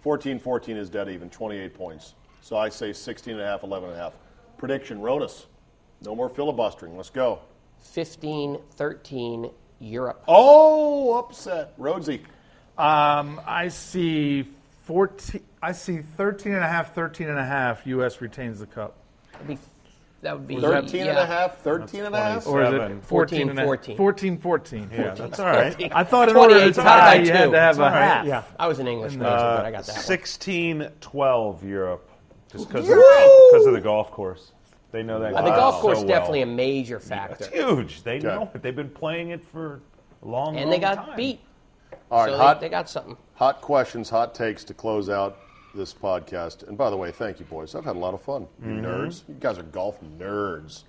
[SPEAKER 3] 14 14 is dead even, 28 points. So I say 16 and a half, 11 and a half. Prediction, Ronus. No more filibustering. Let's go.
[SPEAKER 4] 15 13 Europe.
[SPEAKER 3] Oh, upset. Rhodesy.
[SPEAKER 7] Um, I see 14. I see 13 and a half, 13 and a half. U.S. retains the cup.
[SPEAKER 4] That'd be, that would be
[SPEAKER 3] 13 and
[SPEAKER 4] yeah.
[SPEAKER 3] a half, 13 and a half.
[SPEAKER 7] Or is
[SPEAKER 5] Seven.
[SPEAKER 7] it 14 and a-
[SPEAKER 4] 14.
[SPEAKER 7] 14, 14.
[SPEAKER 5] Yeah, that's all right.
[SPEAKER 7] I thought in order to
[SPEAKER 4] 28 tied by
[SPEAKER 7] tie, you had
[SPEAKER 4] two.
[SPEAKER 7] to have a
[SPEAKER 5] All right,
[SPEAKER 7] half.
[SPEAKER 5] yeah.
[SPEAKER 4] I was an English major,
[SPEAKER 3] uh,
[SPEAKER 4] but I got that one.
[SPEAKER 5] 16-12 Europe, just because of,
[SPEAKER 4] Europe!
[SPEAKER 5] because of the golf course. They know that.
[SPEAKER 4] Uh, the golf
[SPEAKER 5] so
[SPEAKER 4] course
[SPEAKER 5] well.
[SPEAKER 4] definitely a major factor.
[SPEAKER 5] It's huge. They know it. They've been playing it for a long.
[SPEAKER 4] and they
[SPEAKER 5] long
[SPEAKER 4] got
[SPEAKER 5] time.
[SPEAKER 4] beat.
[SPEAKER 3] All right,
[SPEAKER 4] so
[SPEAKER 3] hot,
[SPEAKER 4] they, they got something.
[SPEAKER 3] hot questions, hot takes to close out this podcast. And by the way, thank you, boys. I've had a lot of fun. You
[SPEAKER 5] Mm-hmm.
[SPEAKER 3] nerds. You guys are golf nerds.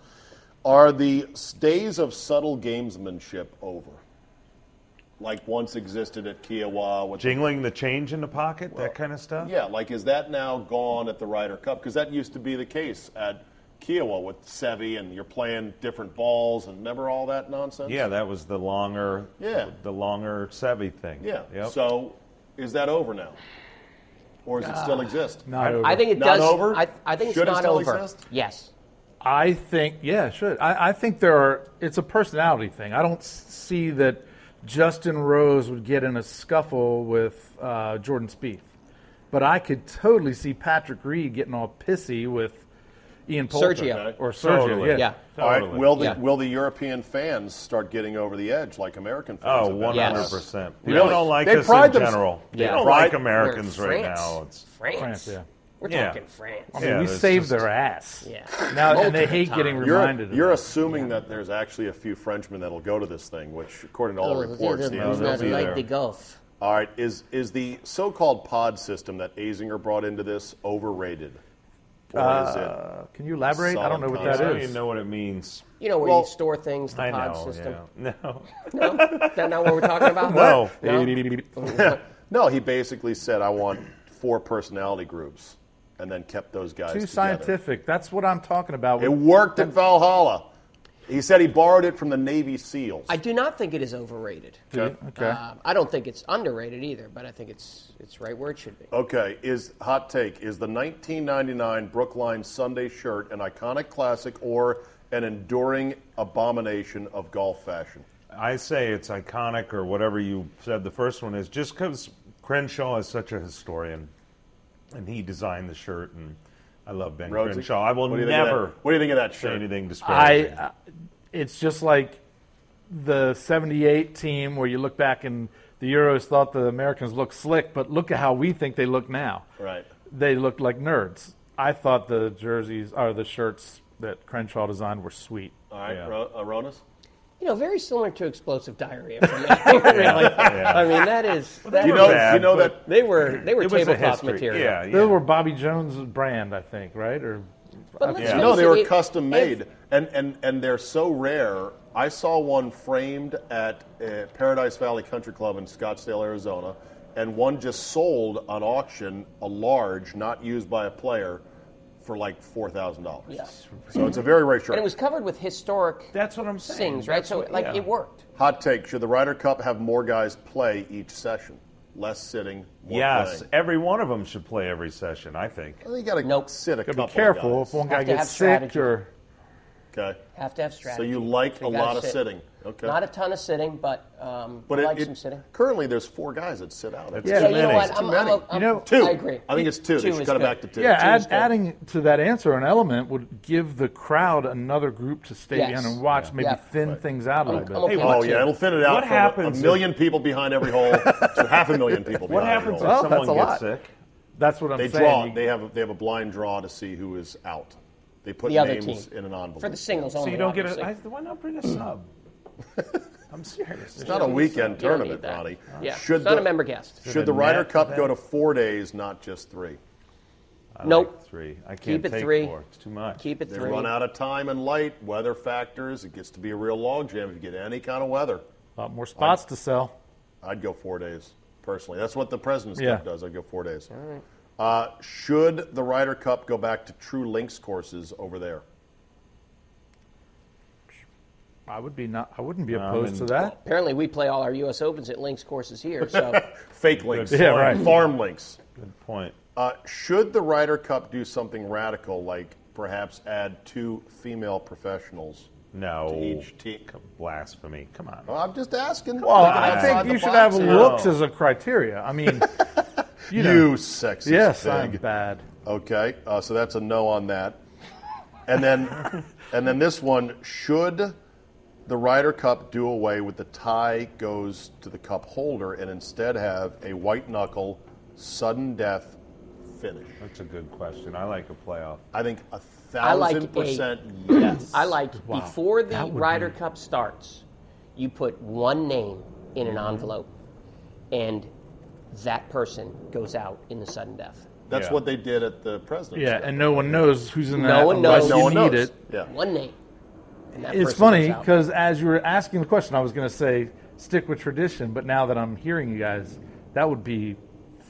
[SPEAKER 3] Are the s- days of subtle gamesmanship over? Like once existed at Kiowa with
[SPEAKER 5] Jingling the change in the pocket, that kind of stuff.
[SPEAKER 3] Yeah, like is that now gone at the Ryder Cup? Because that used to be the case at Kiowa with Sevi, and you're playing different balls, and remember all that nonsense.
[SPEAKER 5] Yeah, that was the longer.
[SPEAKER 3] Yeah.
[SPEAKER 5] The longer Sevi thing.
[SPEAKER 3] yeah.
[SPEAKER 5] Yep.
[SPEAKER 3] So, is that over now, or does it still exist?
[SPEAKER 7] Not over.
[SPEAKER 4] I think it
[SPEAKER 3] Not
[SPEAKER 4] does.
[SPEAKER 3] over?
[SPEAKER 4] I, I think it's
[SPEAKER 3] Should it
[SPEAKER 4] not
[SPEAKER 3] still
[SPEAKER 4] over.
[SPEAKER 3] exist?
[SPEAKER 4] Yes.
[SPEAKER 7] I think, yeah, it should. I, I think there are, it's a personality thing. I don't s- see that Justin Rose would get in a scuffle with uh, Jordan Spieth. But I could totally see Patrick Reed getting all pissy with Ian Poulter.
[SPEAKER 4] Sergio.
[SPEAKER 7] Or Sergio,
[SPEAKER 5] Totally.
[SPEAKER 7] yeah.
[SPEAKER 4] Yeah.
[SPEAKER 3] All right.
[SPEAKER 5] Totally.
[SPEAKER 3] Will the
[SPEAKER 4] Yeah.
[SPEAKER 3] will the European fans start getting over the edge like American fans?
[SPEAKER 5] Oh,
[SPEAKER 3] have been?
[SPEAKER 5] 100%. People
[SPEAKER 3] Really?
[SPEAKER 5] don't like
[SPEAKER 3] They
[SPEAKER 5] us
[SPEAKER 3] pride
[SPEAKER 5] in
[SPEAKER 3] thems-
[SPEAKER 5] general. They
[SPEAKER 4] Yeah.
[SPEAKER 5] don't
[SPEAKER 4] Pride-
[SPEAKER 5] like Americans
[SPEAKER 4] We're
[SPEAKER 5] right
[SPEAKER 4] France.
[SPEAKER 5] now. It's,
[SPEAKER 4] France.
[SPEAKER 7] France, yeah.
[SPEAKER 4] We're
[SPEAKER 5] Yeah.
[SPEAKER 4] talking France.
[SPEAKER 7] I mean,
[SPEAKER 5] Yeah,
[SPEAKER 7] we
[SPEAKER 5] that's
[SPEAKER 7] saved
[SPEAKER 5] just-
[SPEAKER 7] their ass.
[SPEAKER 4] Yeah.
[SPEAKER 7] Now, and they
[SPEAKER 4] Multiple
[SPEAKER 7] hate getting
[SPEAKER 4] times.
[SPEAKER 3] You're,
[SPEAKER 7] reminded of
[SPEAKER 3] you're
[SPEAKER 7] it.
[SPEAKER 3] assuming that there's actually a few Frenchmen that'll go to this thing, which, according to
[SPEAKER 4] Oh,
[SPEAKER 3] all reports, the
[SPEAKER 5] they'll
[SPEAKER 4] not
[SPEAKER 5] be
[SPEAKER 4] like
[SPEAKER 5] there.
[SPEAKER 4] the Gulf.
[SPEAKER 3] All right, is is the so-called pod system that Azinger brought into this overrated, or
[SPEAKER 7] Uh, Can you elaborate? I don't know what
[SPEAKER 5] I
[SPEAKER 7] that
[SPEAKER 5] don't even
[SPEAKER 7] is.
[SPEAKER 5] know what it means.
[SPEAKER 4] You know where
[SPEAKER 3] Well,
[SPEAKER 4] you store things, the
[SPEAKER 5] I
[SPEAKER 4] pod
[SPEAKER 5] know.
[SPEAKER 4] system.
[SPEAKER 5] Yeah. No.
[SPEAKER 4] No? Is that not what we're talking about?
[SPEAKER 5] No.
[SPEAKER 3] is it? No, he basically said, "I want four personality groups," and then kept those guys
[SPEAKER 7] Too
[SPEAKER 3] together.
[SPEAKER 7] scientific. That's what I'm talking about.
[SPEAKER 3] It worked at Valhalla. He said he borrowed it from the Navy SEALs.
[SPEAKER 4] I do not think it is overrated.
[SPEAKER 3] okay.
[SPEAKER 7] okay.
[SPEAKER 4] Um, I don't think it's underrated either, but I think it's it's right where it should be.
[SPEAKER 3] Okay, is hot take is the 1999 Brookline Sunday shirt an iconic classic or an enduring abomination of golf fashion?
[SPEAKER 5] I say it's iconic or whatever you said the first one is just because Crenshaw is such a historian. and he designed the shirt. And I love Ben
[SPEAKER 3] Rhodes,
[SPEAKER 5] Crenshaw. I will
[SPEAKER 3] what do you think of
[SPEAKER 5] never
[SPEAKER 3] that- what do you think of that
[SPEAKER 5] say
[SPEAKER 3] shirt?
[SPEAKER 5] anything
[SPEAKER 7] I,
[SPEAKER 5] disparaging.
[SPEAKER 7] uh, it's just like the '78 team where you look back and the Euros thought the Americans looked slick, but look at how we think they look now.
[SPEAKER 3] Right.
[SPEAKER 7] They looked like nerds. I thought the jerseys or the shirts that Crenshaw designed were sweet.
[SPEAKER 3] All right, Ro- uh, Ronas.
[SPEAKER 4] You know, very similar to explosive diarrhea for me. really. I mean, that is. That
[SPEAKER 3] You
[SPEAKER 4] was-
[SPEAKER 3] know,
[SPEAKER 5] bad,
[SPEAKER 3] you know
[SPEAKER 5] but-
[SPEAKER 3] that
[SPEAKER 4] they were they were
[SPEAKER 5] it was a
[SPEAKER 4] tablecloth
[SPEAKER 5] history.
[SPEAKER 4] material.
[SPEAKER 5] Yeah, yeah.
[SPEAKER 7] Those were Bobby Jones' brand, I think, right? Or
[SPEAKER 4] But let's
[SPEAKER 5] Yeah.
[SPEAKER 4] face
[SPEAKER 5] No,
[SPEAKER 3] No, they
[SPEAKER 4] it,
[SPEAKER 3] were
[SPEAKER 4] it-
[SPEAKER 3] custom made,
[SPEAKER 4] ev-
[SPEAKER 3] and, and, and they're so rare. I saw one framed at uh, Paradise Valley Country Club in Scottsdale, Arizona, and one just sold on auction, a large, not used by a player, for like four thousand dollars.
[SPEAKER 4] Yeah.
[SPEAKER 3] So it's a very rare shirt.
[SPEAKER 4] And it was covered with historic
[SPEAKER 5] That's what I'm saying.
[SPEAKER 4] things, right? So, like, it worked.
[SPEAKER 3] Hot take: Should the Ryder Cup have more guys play each session, less sitting, more
[SPEAKER 5] Yes,
[SPEAKER 3] playing?
[SPEAKER 5] every one of them should play every session. I think.
[SPEAKER 3] I think you got to
[SPEAKER 4] Nope.
[SPEAKER 3] sit a
[SPEAKER 7] gotta
[SPEAKER 3] couple.
[SPEAKER 7] be careful
[SPEAKER 3] Of
[SPEAKER 7] if one
[SPEAKER 3] guys.
[SPEAKER 7] guy
[SPEAKER 4] Have to have
[SPEAKER 7] gets sick
[SPEAKER 4] strategy.
[SPEAKER 7] or
[SPEAKER 3] Okay.
[SPEAKER 4] Have to have strategy.
[SPEAKER 3] So you like
[SPEAKER 4] So
[SPEAKER 3] a
[SPEAKER 4] you gotta
[SPEAKER 3] lot of
[SPEAKER 4] sit.
[SPEAKER 3] sitting. Okay.
[SPEAKER 4] Not a ton of sitting, but, um,
[SPEAKER 3] but
[SPEAKER 4] I
[SPEAKER 3] it-
[SPEAKER 4] like
[SPEAKER 3] it-
[SPEAKER 4] some sitting.
[SPEAKER 3] currently there's four guys that sit out.
[SPEAKER 5] Yeah,
[SPEAKER 4] yeah,
[SPEAKER 5] too
[SPEAKER 4] you know
[SPEAKER 5] many.
[SPEAKER 4] what?
[SPEAKER 5] It's
[SPEAKER 4] I'm,
[SPEAKER 3] too many.
[SPEAKER 4] I'm, I'm,
[SPEAKER 7] You know,
[SPEAKER 3] Two.
[SPEAKER 4] I agree.
[SPEAKER 3] I think it's two. they
[SPEAKER 4] Two
[SPEAKER 3] should
[SPEAKER 4] is
[SPEAKER 3] cut it
[SPEAKER 4] good.
[SPEAKER 3] back to two.
[SPEAKER 7] Yeah,
[SPEAKER 4] Two is
[SPEAKER 7] add,
[SPEAKER 4] good.
[SPEAKER 7] adding to that answer an element would give the crowd another group to stay
[SPEAKER 4] Yes.
[SPEAKER 7] behind and watch, maybe
[SPEAKER 4] Yeah.
[SPEAKER 7] thin things out a
[SPEAKER 4] I'm-
[SPEAKER 7] little bit.
[SPEAKER 4] I'm okay
[SPEAKER 5] Hey,
[SPEAKER 4] with
[SPEAKER 3] Oh
[SPEAKER 4] two.
[SPEAKER 3] yeah, it'll thin it out.
[SPEAKER 5] What
[SPEAKER 3] from
[SPEAKER 5] happens
[SPEAKER 3] A, a
[SPEAKER 5] if-
[SPEAKER 3] million people behind every hole to half a million people.
[SPEAKER 5] What
[SPEAKER 3] behind
[SPEAKER 5] happens if
[SPEAKER 3] every hole.
[SPEAKER 7] Well, that's
[SPEAKER 5] someone
[SPEAKER 7] a
[SPEAKER 5] gets
[SPEAKER 7] lot.
[SPEAKER 5] sick?
[SPEAKER 7] That's what I'm
[SPEAKER 3] They
[SPEAKER 7] saying.
[SPEAKER 3] draw.
[SPEAKER 7] You-
[SPEAKER 3] They have a, they have a blind draw to see who is out. They put
[SPEAKER 4] The other
[SPEAKER 3] names
[SPEAKER 4] team.
[SPEAKER 3] in an envelope.
[SPEAKER 4] For the singles
[SPEAKER 5] So
[SPEAKER 4] only.
[SPEAKER 5] you don't get a. I,
[SPEAKER 4] obviously.
[SPEAKER 5] why not bring a
[SPEAKER 7] Hmm.
[SPEAKER 5] sub? I'm serious.
[SPEAKER 3] It's not a weekend
[SPEAKER 4] You don't need
[SPEAKER 3] tournament,
[SPEAKER 4] that.
[SPEAKER 3] Ronnie.
[SPEAKER 4] Yeah.
[SPEAKER 3] Should
[SPEAKER 4] it's not
[SPEAKER 3] the-
[SPEAKER 4] a member guest.
[SPEAKER 3] Should the
[SPEAKER 5] Should a
[SPEAKER 3] Ryder
[SPEAKER 5] net
[SPEAKER 3] Cup go
[SPEAKER 5] event?
[SPEAKER 3] to four days, not just three?
[SPEAKER 4] Nope.
[SPEAKER 5] Three. I can't
[SPEAKER 4] Keep it
[SPEAKER 5] take
[SPEAKER 4] three.
[SPEAKER 5] four. It's too much.
[SPEAKER 4] Keep it
[SPEAKER 3] They
[SPEAKER 4] three.
[SPEAKER 3] run out of time and light, weather factors. It gets to be a real logjam if you get any kind of weather.
[SPEAKER 7] a lot more spots to sell.
[SPEAKER 3] I'd go four days personally. That's what the President's
[SPEAKER 7] Yeah.
[SPEAKER 3] Cup does. I'd go four days. Uh, should the Ryder Cup go back to true links courses over there?
[SPEAKER 7] I would be not. I wouldn't be
[SPEAKER 5] I
[SPEAKER 7] opposed to
[SPEAKER 5] mean-
[SPEAKER 7] that.
[SPEAKER 4] Apparently, we play all our U.S. Opens at links courses here, so
[SPEAKER 3] Fake links,
[SPEAKER 7] Yeah, right.
[SPEAKER 3] farm links.
[SPEAKER 5] Good point.
[SPEAKER 3] Uh, should the Ryder Cup do something radical, like perhaps add two female professionals
[SPEAKER 5] No.
[SPEAKER 3] to each team?
[SPEAKER 5] Blasphemy. Come on.
[SPEAKER 3] Well, I'm just asking.
[SPEAKER 7] Well,
[SPEAKER 3] Thinking
[SPEAKER 7] I
[SPEAKER 3] outside
[SPEAKER 7] think
[SPEAKER 3] the
[SPEAKER 7] you should
[SPEAKER 3] box
[SPEAKER 7] have
[SPEAKER 3] here.
[SPEAKER 7] looks as a criteria. I mean, you
[SPEAKER 3] You,
[SPEAKER 7] know.
[SPEAKER 3] sexist
[SPEAKER 7] yes,
[SPEAKER 3] pig.
[SPEAKER 7] I'm bad.
[SPEAKER 3] Okay, uh, so that's a no on that. And then, and then this one: Should the Ryder Cup do away with the tie goes to the cup holder and instead have a white knuckle sudden death finish?
[SPEAKER 5] That's a good question. I like a playoff.
[SPEAKER 3] I think a
[SPEAKER 4] I like
[SPEAKER 3] thousand
[SPEAKER 4] a-
[SPEAKER 3] percent yes.
[SPEAKER 4] I like before the
[SPEAKER 7] That would
[SPEAKER 4] Ryder
[SPEAKER 7] be-
[SPEAKER 4] Cup starts, you put one name in an
[SPEAKER 7] Mm-hmm.
[SPEAKER 4] envelope, and that person goes out in the sudden death.
[SPEAKER 3] That's
[SPEAKER 5] Yeah.
[SPEAKER 3] what they did at the president's.
[SPEAKER 7] Yeah,
[SPEAKER 3] Cup.
[SPEAKER 7] and no one knows who's in that
[SPEAKER 4] No one
[SPEAKER 7] unless
[SPEAKER 4] knows.
[SPEAKER 3] no
[SPEAKER 7] you
[SPEAKER 3] one
[SPEAKER 7] need
[SPEAKER 3] knows.
[SPEAKER 7] it.
[SPEAKER 3] Yeah.
[SPEAKER 4] One name. and that person
[SPEAKER 7] It's
[SPEAKER 4] goes
[SPEAKER 7] funny
[SPEAKER 4] out.
[SPEAKER 7] because as you were asking the question, I was going to say stick with tradition, but now that I'm hearing you guys, that would be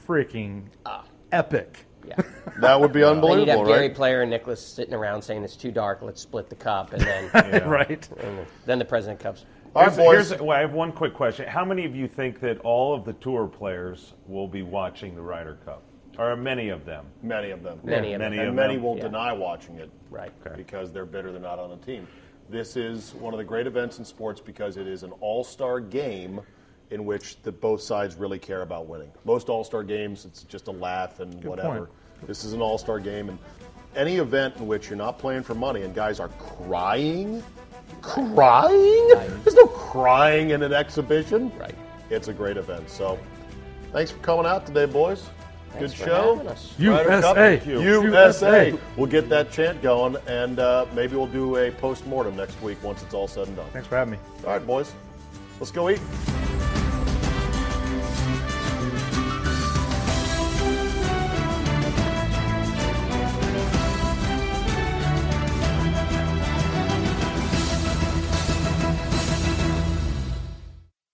[SPEAKER 7] freaking
[SPEAKER 4] Ah.
[SPEAKER 7] epic.
[SPEAKER 4] yeah.
[SPEAKER 3] That would be
[SPEAKER 4] Then you'd have
[SPEAKER 3] unbelievable,
[SPEAKER 4] Gary
[SPEAKER 3] right?
[SPEAKER 4] Player and Nicholas sitting around saying it's too dark. Let's split the cup, and then
[SPEAKER 7] right?
[SPEAKER 4] and then the President Cup's.
[SPEAKER 3] All right,
[SPEAKER 5] Here's-
[SPEAKER 3] boys.
[SPEAKER 5] here's- well, I have one quick question. How many of you think that all of the tour players will be watching the Ryder Cup? Or many of them?
[SPEAKER 3] many of them.
[SPEAKER 4] Many of them.
[SPEAKER 5] Many
[SPEAKER 3] and
[SPEAKER 5] of
[SPEAKER 3] many
[SPEAKER 5] them.
[SPEAKER 3] won't
[SPEAKER 4] Yeah.
[SPEAKER 3] deny watching it
[SPEAKER 4] Right.
[SPEAKER 5] Okay.
[SPEAKER 3] because they're bitter they're not on the team this is one of the great events in sports because it is an all-star game in which the both sides really care about winning most all-star games it's just a laugh and whatever
[SPEAKER 7] point.
[SPEAKER 3] this is an all-star game and any event in which you're not playing for money and guys are crying crying there's no crying in an exhibition
[SPEAKER 4] Right.
[SPEAKER 3] it's a great event so thanks for coming out today boys
[SPEAKER 4] Thanks
[SPEAKER 3] good
[SPEAKER 4] for
[SPEAKER 3] show
[SPEAKER 4] having us.
[SPEAKER 3] Ryder Cup.
[SPEAKER 7] USA.
[SPEAKER 3] Thank you.
[SPEAKER 7] USA.
[SPEAKER 3] USA. We'll get that chant going, and uh, maybe we'll do a post mortem next week once it's all said and done.
[SPEAKER 7] Thanks for having me.
[SPEAKER 3] All right, boys, let's go eat.